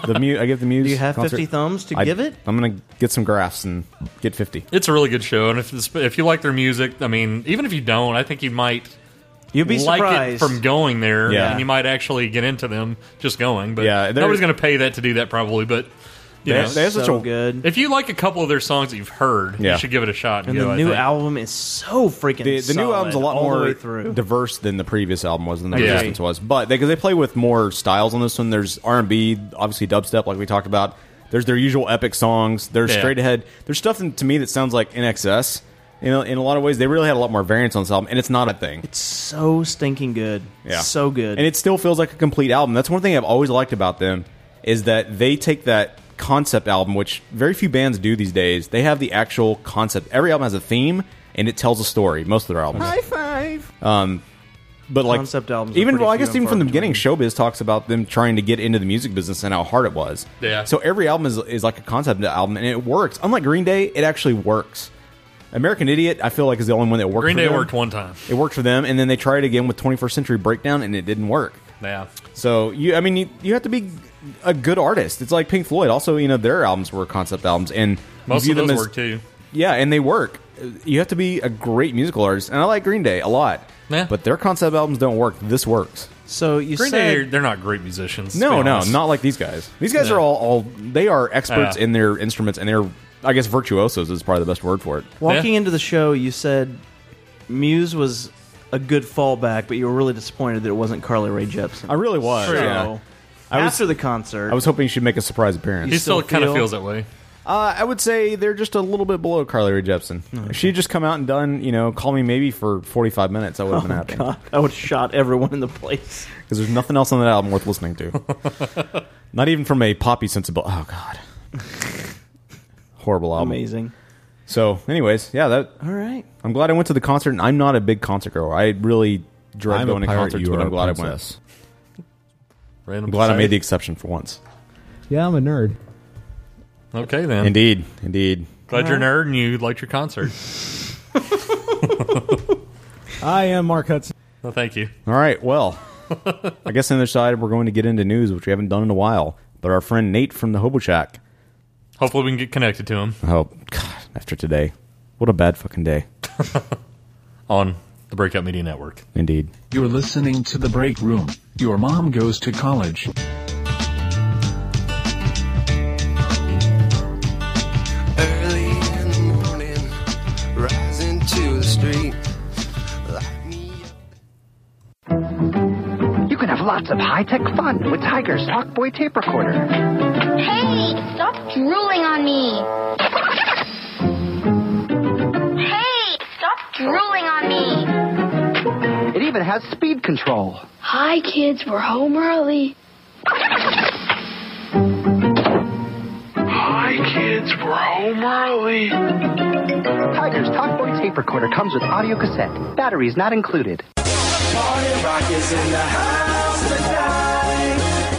the mu- I give the muse. Do you have concert- 50 thumbs to I- give it? I'm gonna get some graphs and get 50. It's a really good show, and if it's, if you like their music, I mean, even if you don't, I think you might. You'd be like surprised. it from going there, Yeah. and you might actually get into them just going. But Yeah, they're- nobody's going to pay that to do that, probably. But you They- know, they have such So a- good. If you like a couple of their songs that you've heard, Yeah. you should give it a shot. And go, the I new think. album is so freaking. the, the new solid album's a lot all the way more through. diverse than the previous album was than the Agree. Resistance was. But because they, play with more styles on this one, there's R and B, obviously dubstep, like we talked about. There's their usual epic songs. There's Yeah. straight ahead. There's stuff in, to me that sounds like NXS. You know, in a lot of ways, they really had a lot more variance on this album, and it's not a thing. so stinking good. Yeah. So good. And it still feels like a complete album. That's one thing I've always liked about them is that they take that concept album, which very few bands do these days. They have the actual concept. Every album has a theme and it tells a story. Most of their albums. five. Um, but like Concept albums are even pretty well, I guess few and even from the far beginning, Showbiz talks about them trying to get into the music business and how hard it was. Yeah. So every album is, is like a concept album, and it works. Unlike Green Day, it actually works. American Idiot, I feel like is the only one that worked. Green for Day them. worked one time. It worked for them, and then they tried again with 21st Century Breakdown, and it didn't work. Yeah. So you, I mean, you, you have to be a good artist. It's like Pink Floyd. Also, you know, their albums were concept albums, and you Most view of those them as, work too. yeah, and they work. You have to be a great musical artist, and I like Green Day a lot. Yeah. But their concept albums don't work. This works. So you Green said- Day, they're- they're not great musicians. to be No, no, honest. not like these guys. These guys No. are all, all they are experts Yeah. in their instruments, and they're I guess virtuosos is probably the best word for it. Walking into the show, you said Muse was a good fallback, but you were really disappointed that it wasn't Carly Rae Jepsen. I really was. So, yeah. I was- after the concert, I was hoping she'd make a surprise appearance. He still Still kind of feels that way. Uh, I would say they're just a little bit below Carly Rae Jepsen. If she'd just come out and done, you know, call me maybe for forty five minutes, I would have Oh, been happy. God. I would have shot everyone in the place. Because there's nothing else on that album worth listening to. Not even from a poppy sensible. Oh God, horrible album. Amazing. So, anyways, yeah, that. All right. I'm glad I went to the concert, and I'm not a big concert goer. I really dread I'm a going to pirate, concerts, you but are I'm a glad I went. princess. I'm glad I society. made the exception for once. Yeah, I'm a nerd. Okay, then. Indeed, indeed. Glad you're a nerd and you liked your concert. I am Mark Hudson. Well, thank you. All right, well, I guess on the other side we're going to get into news, which we haven't done in a while. But our friend Nate from the Hobo Shack. Hopefully, we can get connected to him Oh God, after today, what a bad fucking day. on the Breakout Media Network. Indeed. You're listening to The Break Room. Your mom goes to college. Early in the morning, rising to the street. You can have lots of high-tech fun with Tiger's Talkboy tape recorder. Hey, stop drooling on me. Hey, stop drooling on me. It even has speed control. Hi, kids, we're home early. Hi, kids, we're home early. Tiger's Talkboy tape recorder comes with audio cassette. Batteries not included.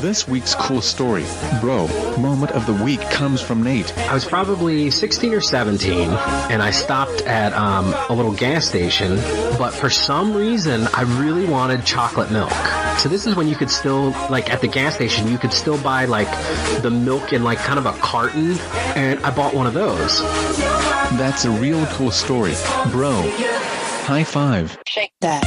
This week's cool story, bro, moment of the week comes from Nate. I was probably 16 or 17, and I stopped at um, a little gas station, but for some reason, I really wanted chocolate milk. So this is when you could still, like, at the gas station, you could still buy, like, the milk in, like, kind of a carton, and I bought one of those. That's a real cool story, bro. High five. Shake that.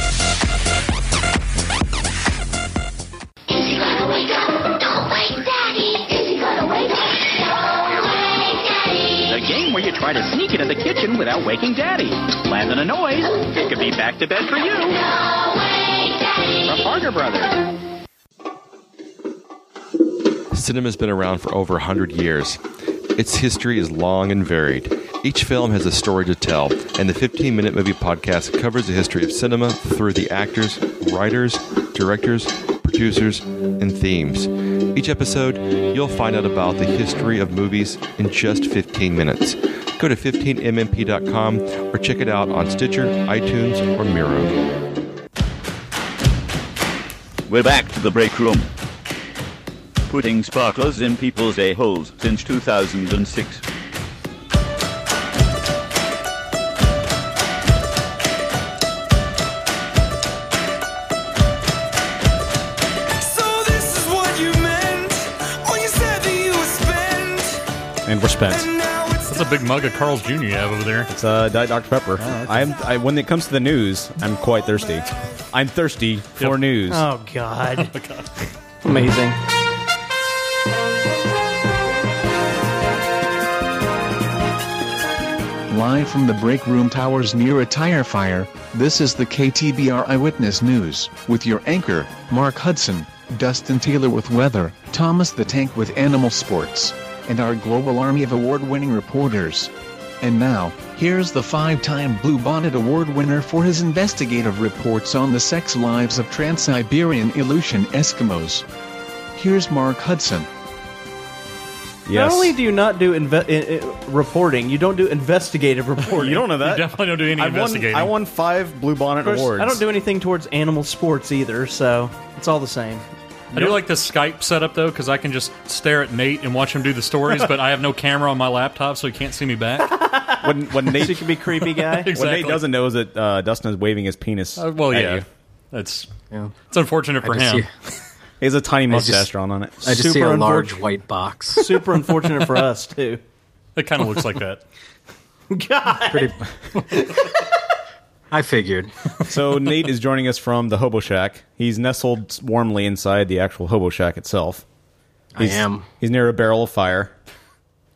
The game where you try to sneak into the kitchen without waking daddy. Land on a noise, it could be back to bed for you. From Parker Brothers. Cinema's been around for over 100 years. Its history is long and varied. Each film has a story to tell, and the 15 Minute Movie Podcast covers the history of cinema through the actors, writers, directors, producers, and themes. Each episode, you'll find out about the history of movies in just 15 minutes. Go to 15mmp.com or check it out on Stitcher, iTunes, or Miro. We're back to the break room. Putting sparklers in people's a-holes since 2006. So this is what you meant when you said that you were spent. And we're spent. That's a big mug of Carl's Jr. you have over there. Oh, It's uh, Diet Dr Pepper. I'm I, when it comes to the news, I'm quite thirsty. I'm thirsty for news. Oh God. Amazing. Live from the break room towers near a tire fire, this is the KTBR Eyewitness News, with your anchor, Mark Hudson, Dustin Taylor with weather, Thomas the Tank with animal sports, and our global army of award winning reporters. And now, here's the five time Blue Bonnet Award winner for his investigative reports on the sex lives of Trans Siberian Aleutian Eskimos. Here's Mark Hudson. Not only do you not do inve- i- i- reporting, you don't do investigative reporting. You don't know that. You definitely don't do any I won- investigating. I won five Blue Bonnet awards. I don't do anything towards animal sports either, so it's all the same. I do like the Skype setup though, because I can just stare at Nate and watch him do the stories, but I have no camera on my laptop, so he can't see me back. when when Nate So you can be creepy guy? What Exactly. Nate doesn't know is that uh, Dustin is waving his penis. Uh, well, at yeah. you. That's it's unfortunate for I just him. he has a tiny I just- mustache drawn on it. I just see a large unfortunate- white box. Super unfortunate for us too. It kind of looks like that. God. Pretty. I figured. so Nate is joining us from the Hobo Shack. He's nestled warmly inside the actual Hobo Shack itself. I am. He's near a barrel of fire.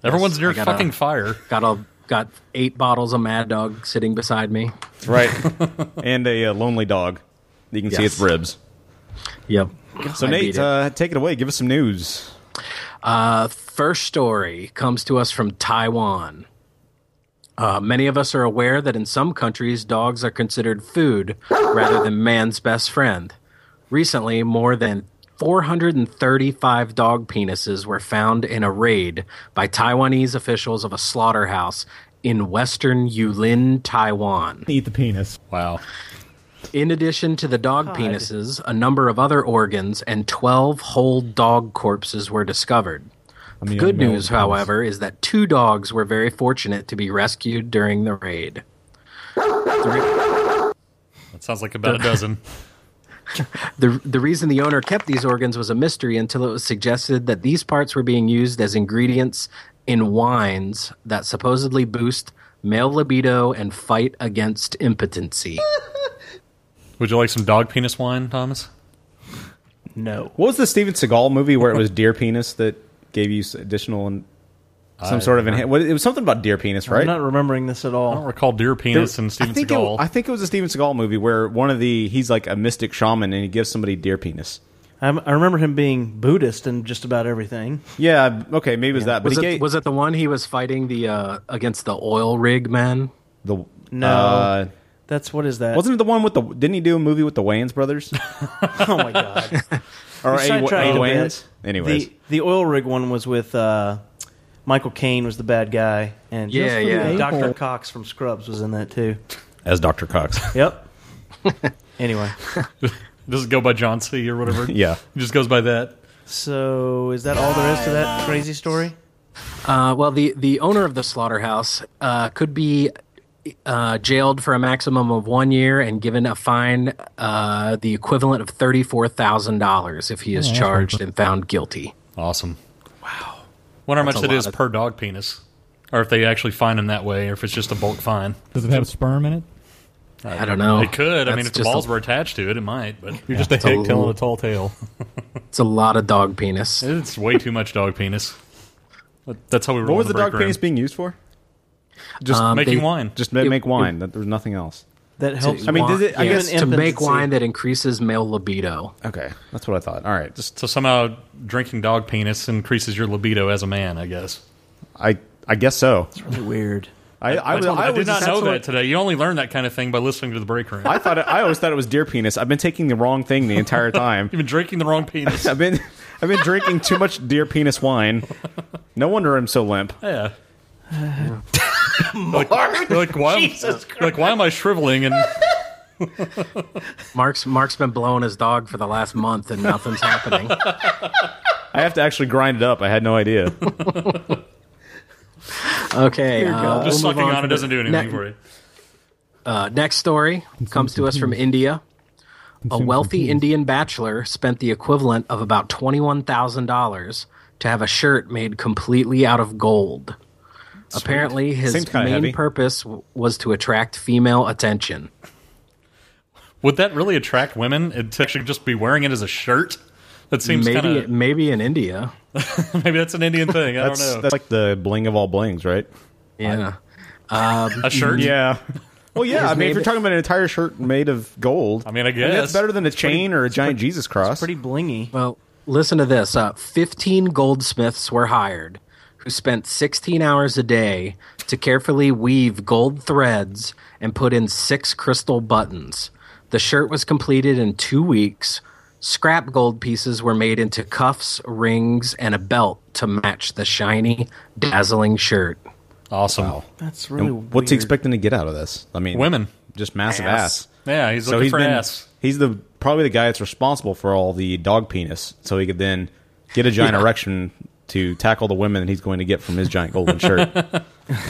Everyone's near fucking fire. Got a got eight bottles of Mad Dog sitting beside me. That's right. and a uh, lonely dog. You can see Yes. its ribs. Yep. So I beat Nate, it. uh, take it away. Give us some news. Uh, first story comes to us from Taiwan. Uh, many of us are aware that in some countries, dogs are considered food rather than man's best friend. Recently, more than 435 dog penises were found in a raid by Taiwanese officials of a slaughterhouse in western Yulin, Taiwan. Eat the penis. Wow. In addition to the dog God. penises, a number of other organs and 12 whole dog corpses were discovered. The good unknown news, ones. however, is that two dogs were very fortunate to be rescued during the raid. That sounds like about a dozen. The, the reason the owner kept these organs was a mystery until it was suggested that these parts were being used as ingredients in wines that supposedly boost male libido and fight against impotency. Would you like some dog penis wine, Thomas? No. What was the Steven Seagal movie where it was deer penis that gave you s- additional and some I sort of don't enhan- what It was something about deer penis, right? I'm not remembering this at all. I don't recall deer penis There- and Steven I think Seagal. It, I think it was a Steven Seagal movie where one of the he's like a mystic shaman and he gives somebody deer penis. I'm, I remember him being Buddhist in just about everything. Yeah. Uh, Okay. Maybe it was that. But was, he it, gave was it the one he was fighting the uh, against the oil rig man? The No. uh, That's what is that? wasn't it the one with the? Didn't he do a movie with the Wayans brothers? oh my god. Or We Ada- sidetracked Ada a bit. Wayans? Anyways. the, the oil rig one was with uh, Michael Caine was the bad guy, and Yeah, Just for yeah. the Doctor a-hole. Cox from Scrubs was in that too. As Doctor Cox. Yep. anyway, Does it go by John C. or whatever? Yeah. It just goes by that. so is that all there is to that crazy story? Uh, well, the, the owner of the slaughterhouse uh, could be uh, jailed for a maximum of one year and given a fine uh, the equivalent of $34,000 if he is Oh, that's charged and found guilty. Awesome. Wonder how That's much a it lot is of- per dog penis, or if they actually find him that way, or if it's just a bulk fine. Does it have sperm in it? I don't know. It could. I That's mean, if the just a- balls were attached to it, it might. But You're just a That's a hick telling little- a tall tale. It's a lot of dog penis. It's way too much dog penis. But That's how we What roll. was in the dog break room. penis being used for? Just Um, making they- wine. Just ma- it- make wine. That there's nothing else. That helps. I mean, wine- does it? I yes, guess to make wine that increases male libido. Okay, that's what I thought. All right, Just so somehow drinking dog penis increases your libido as a man. I guess. I I guess so. It's really weird. I I, was- told- I I did was- not that's know what- that today. You only learn that kind of thing by listening to the break room. I thought it, I always thought it was deer penis. I've been taking the wrong thing the entire time. You've been drinking the wrong penis. I've been I've been drinking too much deer penis wine. No wonder I'm so limp. Yeah. like, like, why? Jesus like why am I shriveling and Mark's Mark's been blowing his dog for the last month and nothing's happening. I have to actually grind it up. I had no idea. Okay, uh, we'll just move sucking on, from it doesn't the- do anything ne- for you? Uh, next story comes to us from India. A wealthy Indian bachelor spent the equivalent of about $21,000 to have a shirt made completely out of gold. Apparently, Seems his kinda main heavy. purpose w- was to attract female attention. Would that really attract women? It to actually just be wearing it as a shirt. That seems maybe kind of maybe in India. maybe that's an Indian thing. I don't That's know. that's like the bling of all blings, right? Yeah. Um, A shirt? Yeah. Well, yeah. His I mean, if name- you're talking about an entire shirt made of gold, I mean, I that's guess. better than a chain or a giant Jesus cross. Pretty blingy. Well, listen to this. Uh, 15 goldsmiths were hired who spent 16 hours a day to carefully weave gold threads and put in six crystal buttons. The shirt was completed in two weeks. Scrap gold pieces were made into cuffs, rings, and a belt to match the shiny, dazzling shirt. Awesome. That's And really what's he expecting to get out of this? I mean, Women. just massive ass. Ass. Yeah, he's looking for ass. He's the probably the guy that's responsible for all the dog penis, so he could then get a giant Yeah. erection to tackle the women that he's going to get from his giant golden shirt.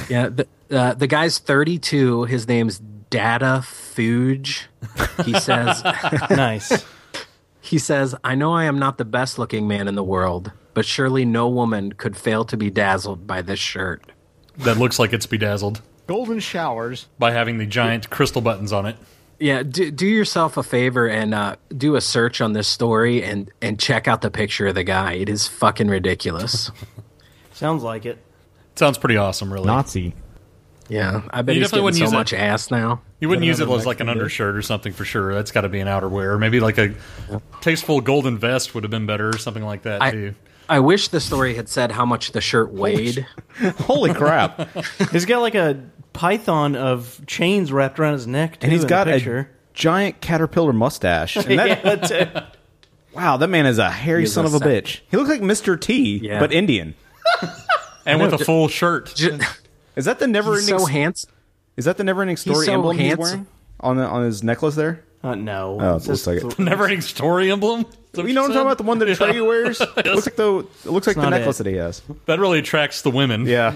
Yeah, the, uh, the guy's 32. His name's Data Fuge. He says, Nice. He says, I know I am not the best looking man in the world, but surely no woman could fail to be dazzled by this shirt. That looks like it's bedazzled. golden showers. by having the giant crystal buttons on it. Yeah, do, do yourself a favor and uh, do a search on this story and, and check out the picture of the guy. It is fucking ridiculous. Sounds like it. Sounds pretty awesome, really. Nazi. Yeah, I bet You he's definitely getting wouldn't so use much it. ass now. You wouldn't Get use it another as like an Mexican dish. undershirt or something for sure. That's got to be an outerwear. Maybe like a tasteful golden vest would have been better or something like that too. I wish the story had said how much the shirt weighed. Holy crap! he's got like a python of chains wrapped around his neck, too, and he's in got the a picture. giant caterpillar mustache. And that, Yeah, too. Wow, that man is a hairy He's son a of a sa- bitch. He looks like Mr. T, Yeah. but Indian. And with a full shirt. Is that the never ending so handsome. Is that the never ending story so emblem he's handsome. wearing? On the, on his necklace there? Uh, no. Oh, it looks like it. Never ending story emblem. You know what I'm talking about? The one that Trey wears? It looks like the it looks like the not necklace it. that he has. That really attracts the women. Yeah.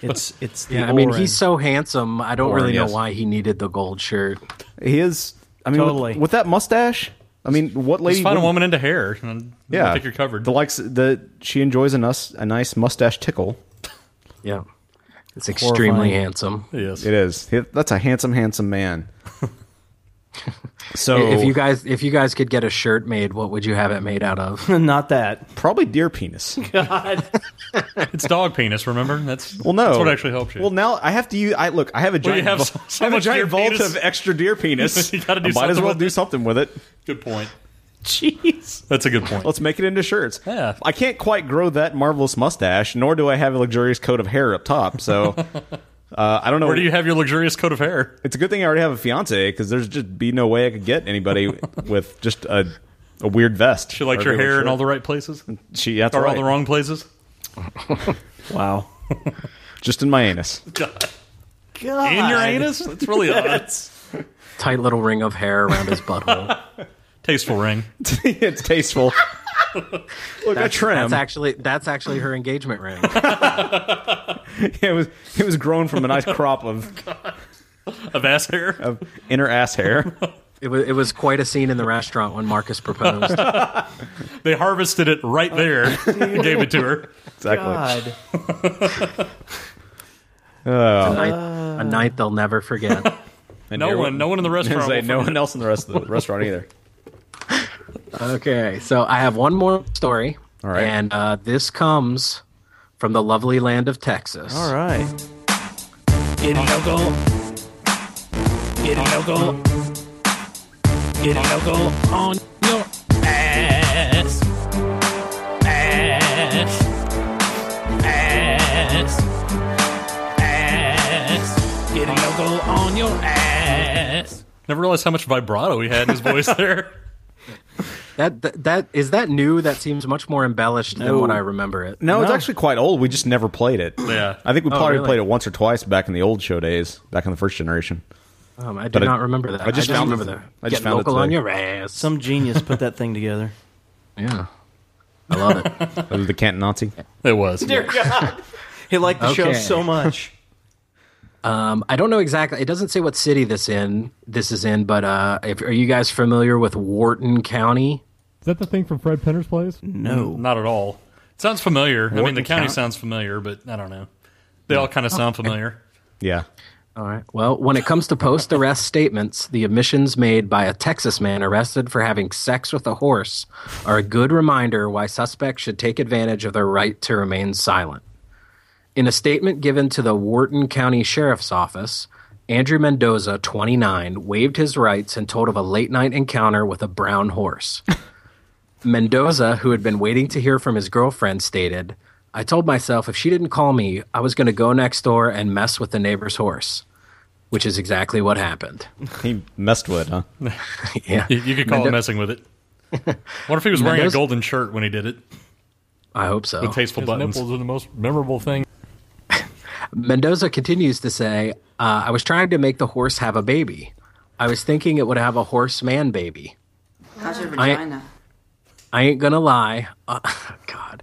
It's it's Yeah, I mean, he's so handsome. I don't Oren, really know yes. why he needed the gold shirt. He is. I mean, with- Totally. with, that mustache, I mean, what lady? Just find a wouldn't- woman into hair. And Yeah, I think you're covered. The likes that she enjoys a nice, a nice mustache tickle. Yeah, it's extremely handsome. Yes, it is. He- That's a handsome, handsome man. so, if you guys if you guys could get a shirt made, what would you have it made out of? Not that. Probably deer penis. it's dog penis. Remember? That's well, no, That's what actually helps you. Well, now I have to. Use, I look. I have a Well, you giant. have vul- so- I so have a much deer giant vault penis. of extra deer penis. You gotta do I might as something well with do something with it. Good point. Jeez, that's a good point. Let's make it into shirts. Yeah. I can't quite grow that marvelous mustache, nor do I have a luxurious coat of hair up top. So, uh, I don't know. Where do you have your luxurious coat of hair? It's a good thing I already have a fiance because there's just be no way I could get anybody with just a a weird vest. She likes or a your hair weird in all the shirt. right places. She that's or all right. the wrong places. Wow, just in my anus. God. In your anus? That's really odd. Tight little ring of hair around his butthole. Tasteful ring. it's tasteful. Look, I that's, trim. That's actually that's actually her engagement ring. it was it was grown from a nice crop of Oh, of ass hair of inner ass hair. It was it was quite a scene in the restaurant when Marcus proposed. They harvested it right there and gave it to her. Exactly. Oh. a, night, a night they'll never forget. And Uh. no here- one, no one in the restaurant. Say, will no forget. one else in the rest of the restaurant either. Okay, so I have one more story. All right. And uh, this comes from the lovely land of Texas. Um, All right. Get local. Get local. Get local on your ass. Ass. Ass. Ass. Get local on your ass. Never realized how much vibrato he had in his voice there. That, that that is that new. That seems much more embellished than No. what I remember it. No, it's actually quite old. We just never played it. Yeah. I think we Oh, probably really? played it once or twice back in the old show days, back in the first generation. Um, I do But I- not remember that. I just found remember it- that. Oh, I just Get found it local on today. your ass. Some genius put that thing together. Yeah. I love it. That was the Canton Nazi. It was. Dear God. He liked the show Okay. so much. Um, I don't know exactly. It doesn't say what city this in. This is in, but uh, if, are you guys familiar with Wharton County? Is that the thing from Fred Penner's plays? not at all. It sounds familiar. I mean, Wharton the county County. sounds familiar, but I don't know. They all kind of Oh, sound familiar. Yeah. All right. Well, when it comes to post arrest statements, the admissions made by a Texas man arrested for having sex with a horse are a good reminder why suspects should take advantage of their right to remain silent. In a statement given to the Wharton County Sheriff's Office, Andrew Mendoza, 29, waived his rights and told of a late night encounter with a brown horse. Mendoza, who had been waiting to hear from his girlfriend, stated, I told myself if she didn't call me, I was going to go next door and mess with the neighbor's horse, which is exactly what happened. He messed with it, huh? yeah. You, you could call Mendo- it messing with it. What if he was wearing a Mendoza- golden shirt when he did it? I hope so. With tasteful buttons. nipples are the most memorable thing. Mendoza continues to say, uh, I was trying to make the horse have a baby. I was thinking it would have a horse man baby. How's your I- vagina? I ain't gonna lie. Uh, God,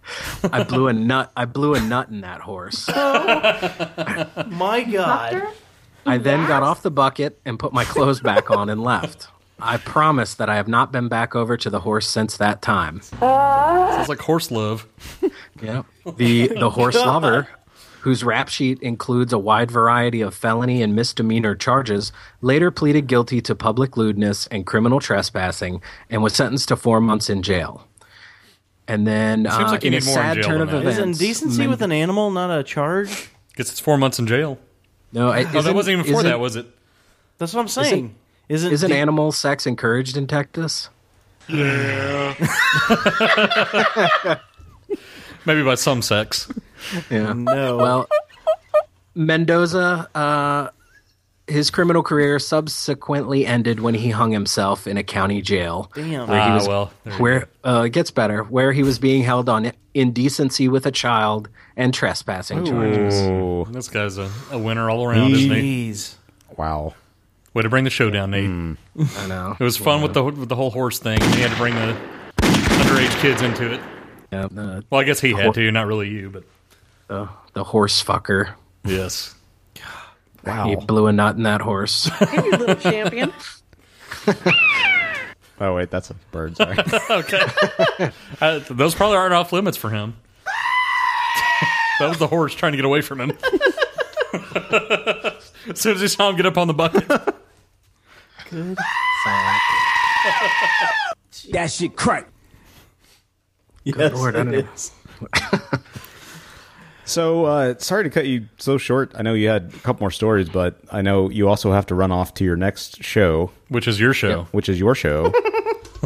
I blew a nut. I blew a nut in that horse. My God. I then got off the bucket and put my clothes back on and left. I promise that I have not been back over to the horse since that time. Sounds like horse love. Yeah. The the horse God. lover whose rap sheet includes a wide variety of felony and misdemeanor charges, later pleaded guilty to public lewdness and criminal trespassing and was sentenced to four months in jail. And then, Seems uh, like you in a need more in sad jail turn than of that. events, Is indecency Min- with an animal not a charge? Guess it's four months in jail. No, I- oh, that isn't- wasn't even for isn't- that, was it? That's what I'm saying. Isn't isn't the- animal sex encouraged in Texas? Yeah. Maybe by some sex. Yeah. No. Well, Mendoza, uh, his criminal career subsequently ended when he hung himself in a county jail. Damn. Where he Ah, was, well, there you where uh, it gets better, where he was being held on indecency with a child and trespassing charges. Ooh. Mm, This guy's a, a winner all around, isn't he? Wow. Hmm. Way to bring the show down, Nate. I know. It was fun with the with the whole horse thing. He had to bring the underage kids into it. Yeah, well, I guess he had hor- Oh. to, not really you, but The, the horse fucker. Yes. Wow. He blew a nut in that horse. little champion. Oh wait, that's a bird. Sorry. okay. Uh, those probably aren't off limits for him. that was the horse trying to get away from him. as soon as he saw him get up on the bucket. Good. that shit crack. Yes, Lord, I don't it know. is. so uh, sorry to cut you so short. I know you had a couple more stories, but I know you also have to run off to your next show, which is your show, which is your show.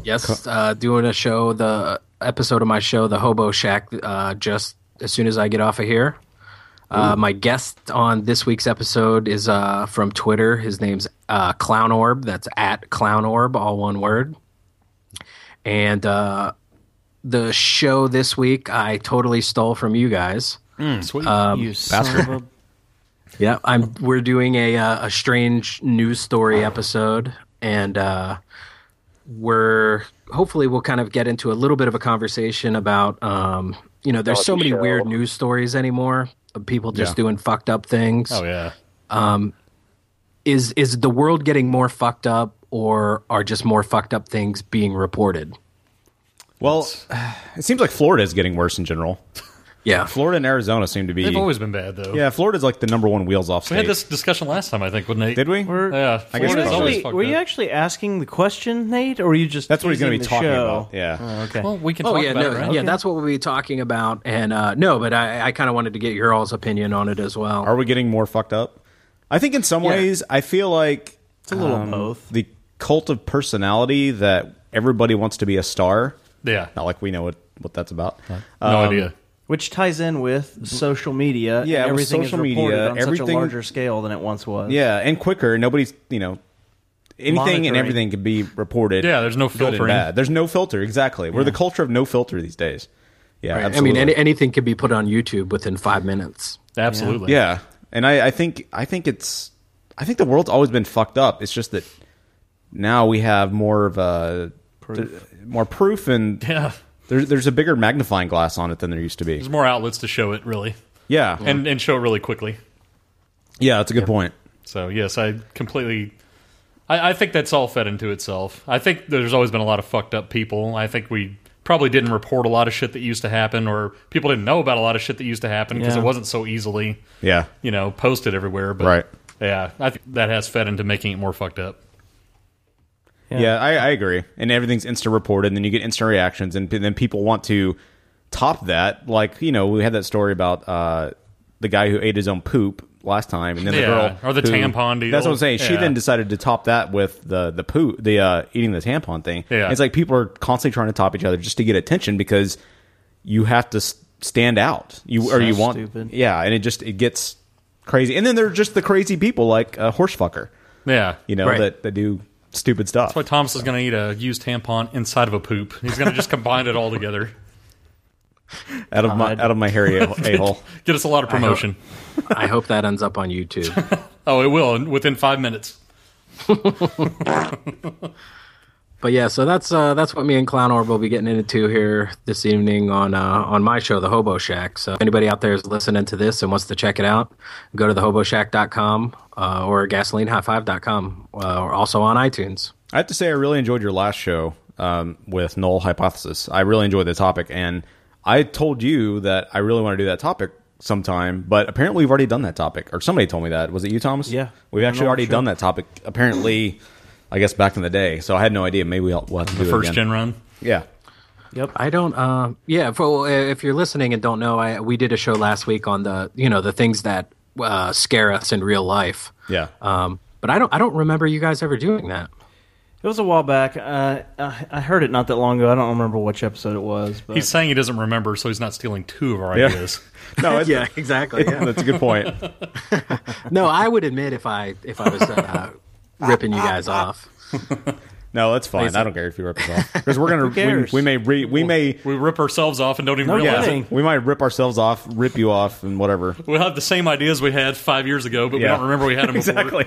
Yes, uh, doing a show, the episode of my show, The Hobo Shack, uh, just as soon as I get off of here. Uh, my guest on this week's episode is uh, from Twitter. His name's uh, Clown Orb. That's at Clown Orb, all one word. And uh, the show this week, I totally stole from you guys. Sweet. Um, you son of a Yeah, I'm. We're doing a uh, a strange news story episode, and uh, we're hopefully we'll kind of get into a little bit of a conversation about um, you know, Oh, there's so many weird news stories anymore of people just Yeah. doing fucked up things. Oh, yeah. Um, is is the world getting more fucked up, or are just more fucked up things being reported? Well, it seems like Florida is getting worse in general. Yeah, Florida and Arizona seem to be. They've always been bad, though. Yeah, Florida's like the number one wheels off We state. had this discussion last time, I think, with Nate. Did we? yeah. I guess Florida's that's always right. fucked Were you up. actually asking the question, Nate, or were you just? That's what he's going gonna to be talking show? about, yeah. Oh, okay. Well, we can oh talk yeah, about no, it, right? yeah, Okay. that's what we'll be talking about, and uh, no, but I, I kind of wanted to get your all's opinion on it as well. Are we getting more fucked up? I think in some Yeah. ways, I feel like it's a little both. The cult of personality that everybody wants to be a star. Yeah. not like we know what what that's about. Um, No idea. Which ties in with social media. and Yeah, with everything social is reported media, on such a everything- larger scale than it once was. Yeah, and quicker. Nobody's you know anything Monitoring. and everything can be reported. Yeah, there's no good and filtering. bad. There's no filter. Exactly. We're the culture of no filter these days. Yeah, Right. I mean, absolutely. any, anything could be put on YouTube within five minutes. Absolutely. Yeah, and I, I think I think it's I think the world's always been fucked up. It's just that now we have more of a Proof. th- more proof and Yeah. there's there's a bigger magnifying glass on it than there used to be. There's more outlets to show it, really. Yeah. And, and show it really quickly. Yeah, that's a good point. So yes, I completely. I, I think that's all fed into itself. I think there's always been a lot of fucked up people. I think we probably didn't report a lot of shit that used to happen, or people didn't know about a lot of shit that used to happen because Yeah. it wasn't so easily, Yeah, you know, posted everywhere. But Right. yeah, I think that has fed into making it more fucked up. yeah, I, I agree. And everything's instant reported, and then you get instant reactions, and, then people want to top that. Like you know, we had that story about uh, the guy who ate his own poop last time, and then the Yeah, girl or the who- tampon deal. That's what I'm saying. She Yeah. then decided to top that with the the poop, the uh, eating the tampon thing. Yeah. it's like people are constantly trying to top each other just to get attention because you have to s- stand out. You So or you want stupid. yeah, and it just it gets crazy. And then there are just the crazy people like a horse fucker. Yeah, you know Right. that that do stupid stuff. That's why Thomas is going to eat a used tampon inside of a poop. He's going to just combine it all together. out of my God. out of my hairy a hole. Get us a lot of promotion. I hope, I hope that ends up on YouTube. Oh, it will within five minutes. but yeah, so that's uh, that's what me and Clown Orb will be getting into here this evening on uh, on my show, The Hobo Shack. So if anybody out there is listening to this and wants to check it out, go to thehoboshack.com uh, or gasolinehighfive.com uh, or also on iTunes. I have to say, I really enjoyed your last show um, with Null Hypothesis. I really enjoyed the topic, and I told you that I really want to do that topic sometime. But apparently, we've already done that topic, or somebody told me that. Was it you, Thomas? Yeah, we've I'm actually not already sure. done that topic. Apparently, I guess back in the day. So I had no idea. Maybe we'll, we'll have to The do first it again. gen run. Yeah. Yep. I don't. Uh, yeah. For, well, if you're listening and don't know, I, we did a show last week on the you know the things that uh, scare us in real life. Yeah. Um, but I don't. I don't remember you guys ever doing that. It was a while back. Uh, I I heard it not that long ago. I don't remember which episode it was. But He's saying he doesn't remember, so he's not stealing two of our Yeah. ideas. No, it's- Yeah, exactly, yeah. that's a good point. No, I would admit if I if I was uh, ripping you guys off. No, that's fine. Basically. I don't care if you rip us off because we're gonna. Who cares? We, we may re, we may we rip ourselves off and don't even realize yeah, it. we might rip ourselves off, rip you off, and whatever. We'll have the same ideas we had five years ago, but Yeah. we don't remember we had them before. Exactly.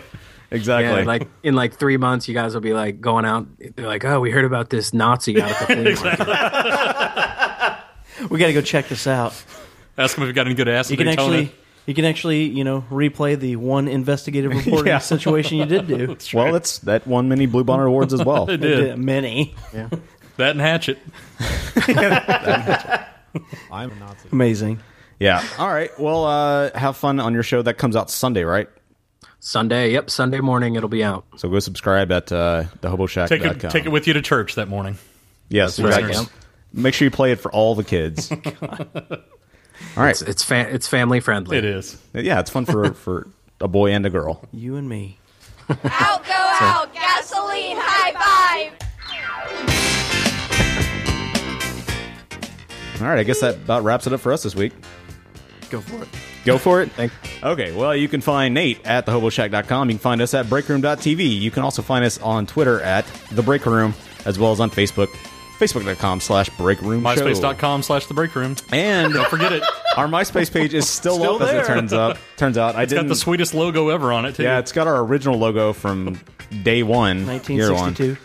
Exactly. Yeah, like in like three months, you guys will be like going out. They're like, oh, we heard about this Nazi out at the flea market. we got to go check this out. Ask him if he got any good ass. You in can Daytona. actually, you can actually, you know, replay the one investigative reporting Yeah. situation you did do. well, it's that won many Blue Bonnet Awards as well. It did, many. Yeah. that and Hatchet. I'm a Nazi. Amazing. Yeah. All right. Well, uh, have fun on your show. That comes out Sunday, right? Sunday. Yep. Sunday morning, it'll be out. So go subscribe at uh, thehoboshack.com. Take it, take it with you to church that morning. Yes, That's right. exactly. Make sure you play it for all the kids. all right. It's it's, fa- it's family friendly. It is. Yeah, it's fun for for a boy and a girl. You and me. Out, go out, gasoline, high five. All right. I guess that about wraps it up for us this week. Go for it. Go for it. Okay, well, you can find Nate at thehoboshack.com. You can find us at breakroom.tv. You can also find us on Twitter at The Break Room, as well as on Facebook, facebook.com slash breakroom show. MySpace.com slash the break room. And don't forget it. Our MySpace page is still, Still up, there. as it turns up. Turns out I It's got didn't. the sweetest logo ever on it, too. yeah, it's got our original logo from day one. year one. 1962.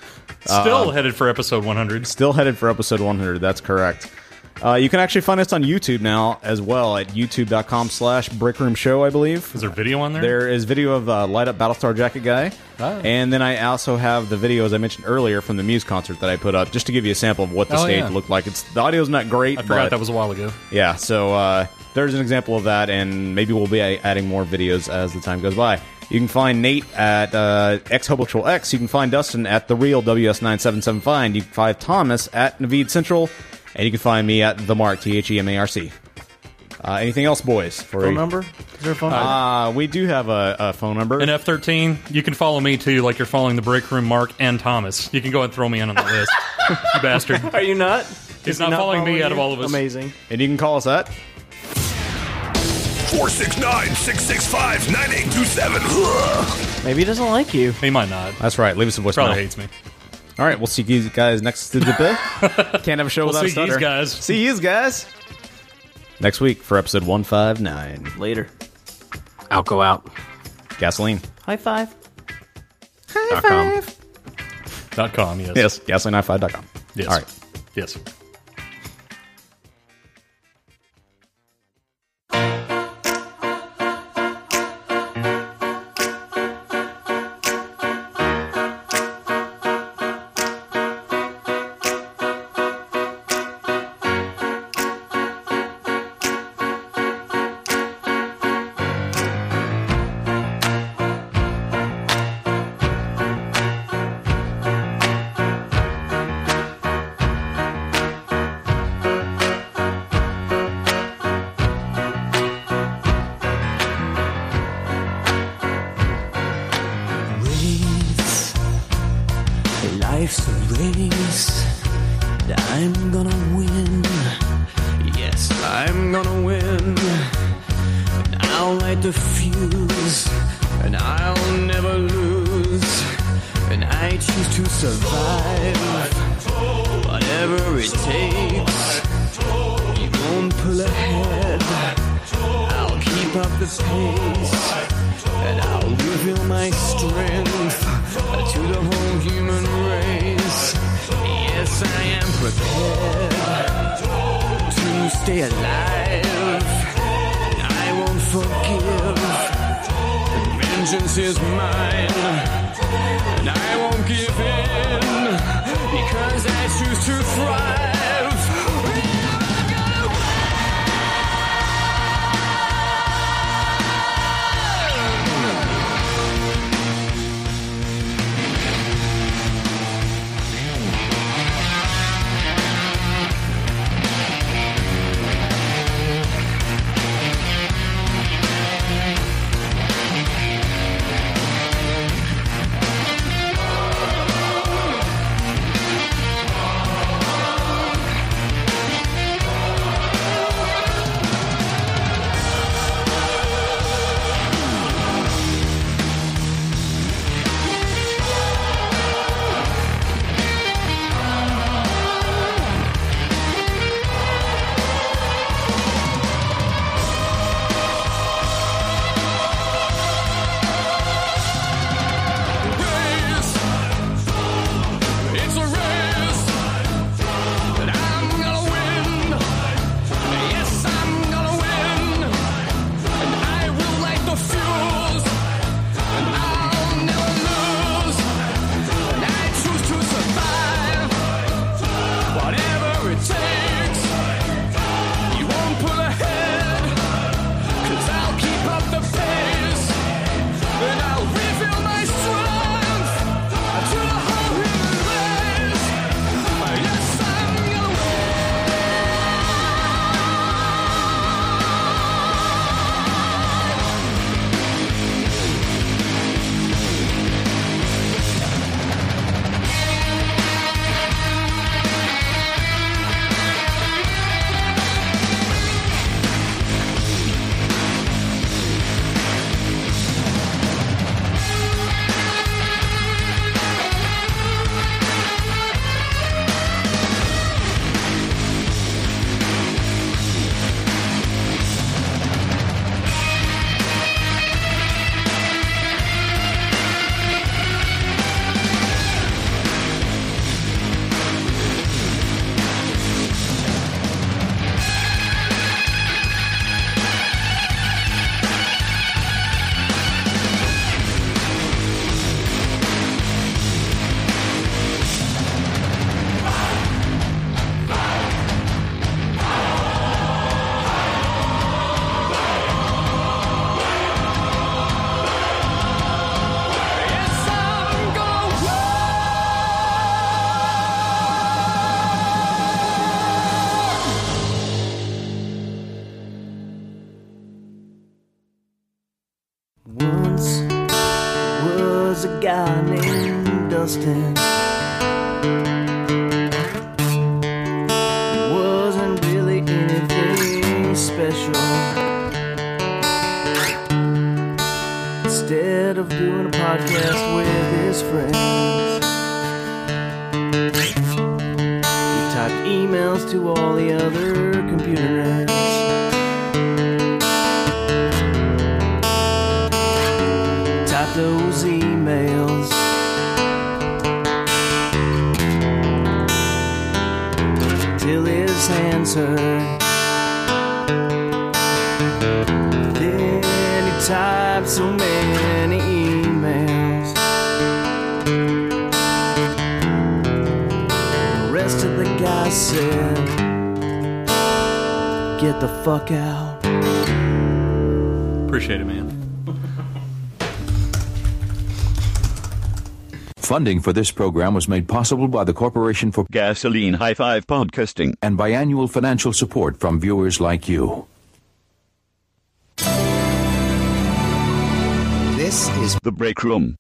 Still Uh, headed for episode 100. Still headed for episode 100. That's correct. Uh, you can actually find us on YouTube now as well at youtube.com slash brickroom show, I believe. Is there video on there? There is video of uh, Light Up Battlestar Jacket Guy. Ah. And then I also have the video, as I mentioned earlier, from the Muse concert that I put up just to give you a sample of what the Oh, stage yeah. looked like. It's The audio's not great. I forgot but- that was a while ago. yeah, so uh, there's an example of that, and maybe we'll be a- adding more videos as the time goes by. You can find Nate at uh, xhobotrol X. You can find Dustin at the real WS9775. You can find Thomas at Navid Central, and you can find me at the Mark T H E M A R C. Uh, anything else, boys? For Phone number? Is there a phone number? Uh, we do have a, a phone number. And uh, F13, you can follow me, too, like you're following the break room Mark and Thomas. You can go ahead and throw me in on the list. you bastard. Are you not? He's not, following, me out of all of us. Amazing. And you can call us at 469 665 9827. Maybe he doesn't like you. He might not. That's right. Leave us a voicemail. Probably hates me. All right, we'll see you guys next to the Can't have a show We'll without a see yous stutter. guys. See you guys. next week for episode 159. Later. Out, go out. Gasoline. High five. Dot com. Dot com, yes. Yes, gasolinehi5.com. Yes. All right. Yes. race. Life's a race that I'm gonna win. Yes, I'm gonna win. And I'll light the fuse, and I'll never lose. And I choose to survive, whatever it takes. You won't pull ahead. I'll keep up the pace, and I'll reveal my strength to the whole human race. Yes, I am prepared to stay alive. I won't forgive. Vengeance is mine, and I won't give in because I choose to thrive. We are gonna win. distance. It wasn't really anything special. Instead of doing a podcast with his friends, he typed emails to all the other computer nerds. Type those emails. Till his hands hurt. Then he typed so many emails. The rest of the guy said, Get the fuck out. Appreciate it, man. Funding for this program was made possible by the Corporation for Gasoline High Five Podcasting and by annual financial support from viewers like you. This is The Break Room.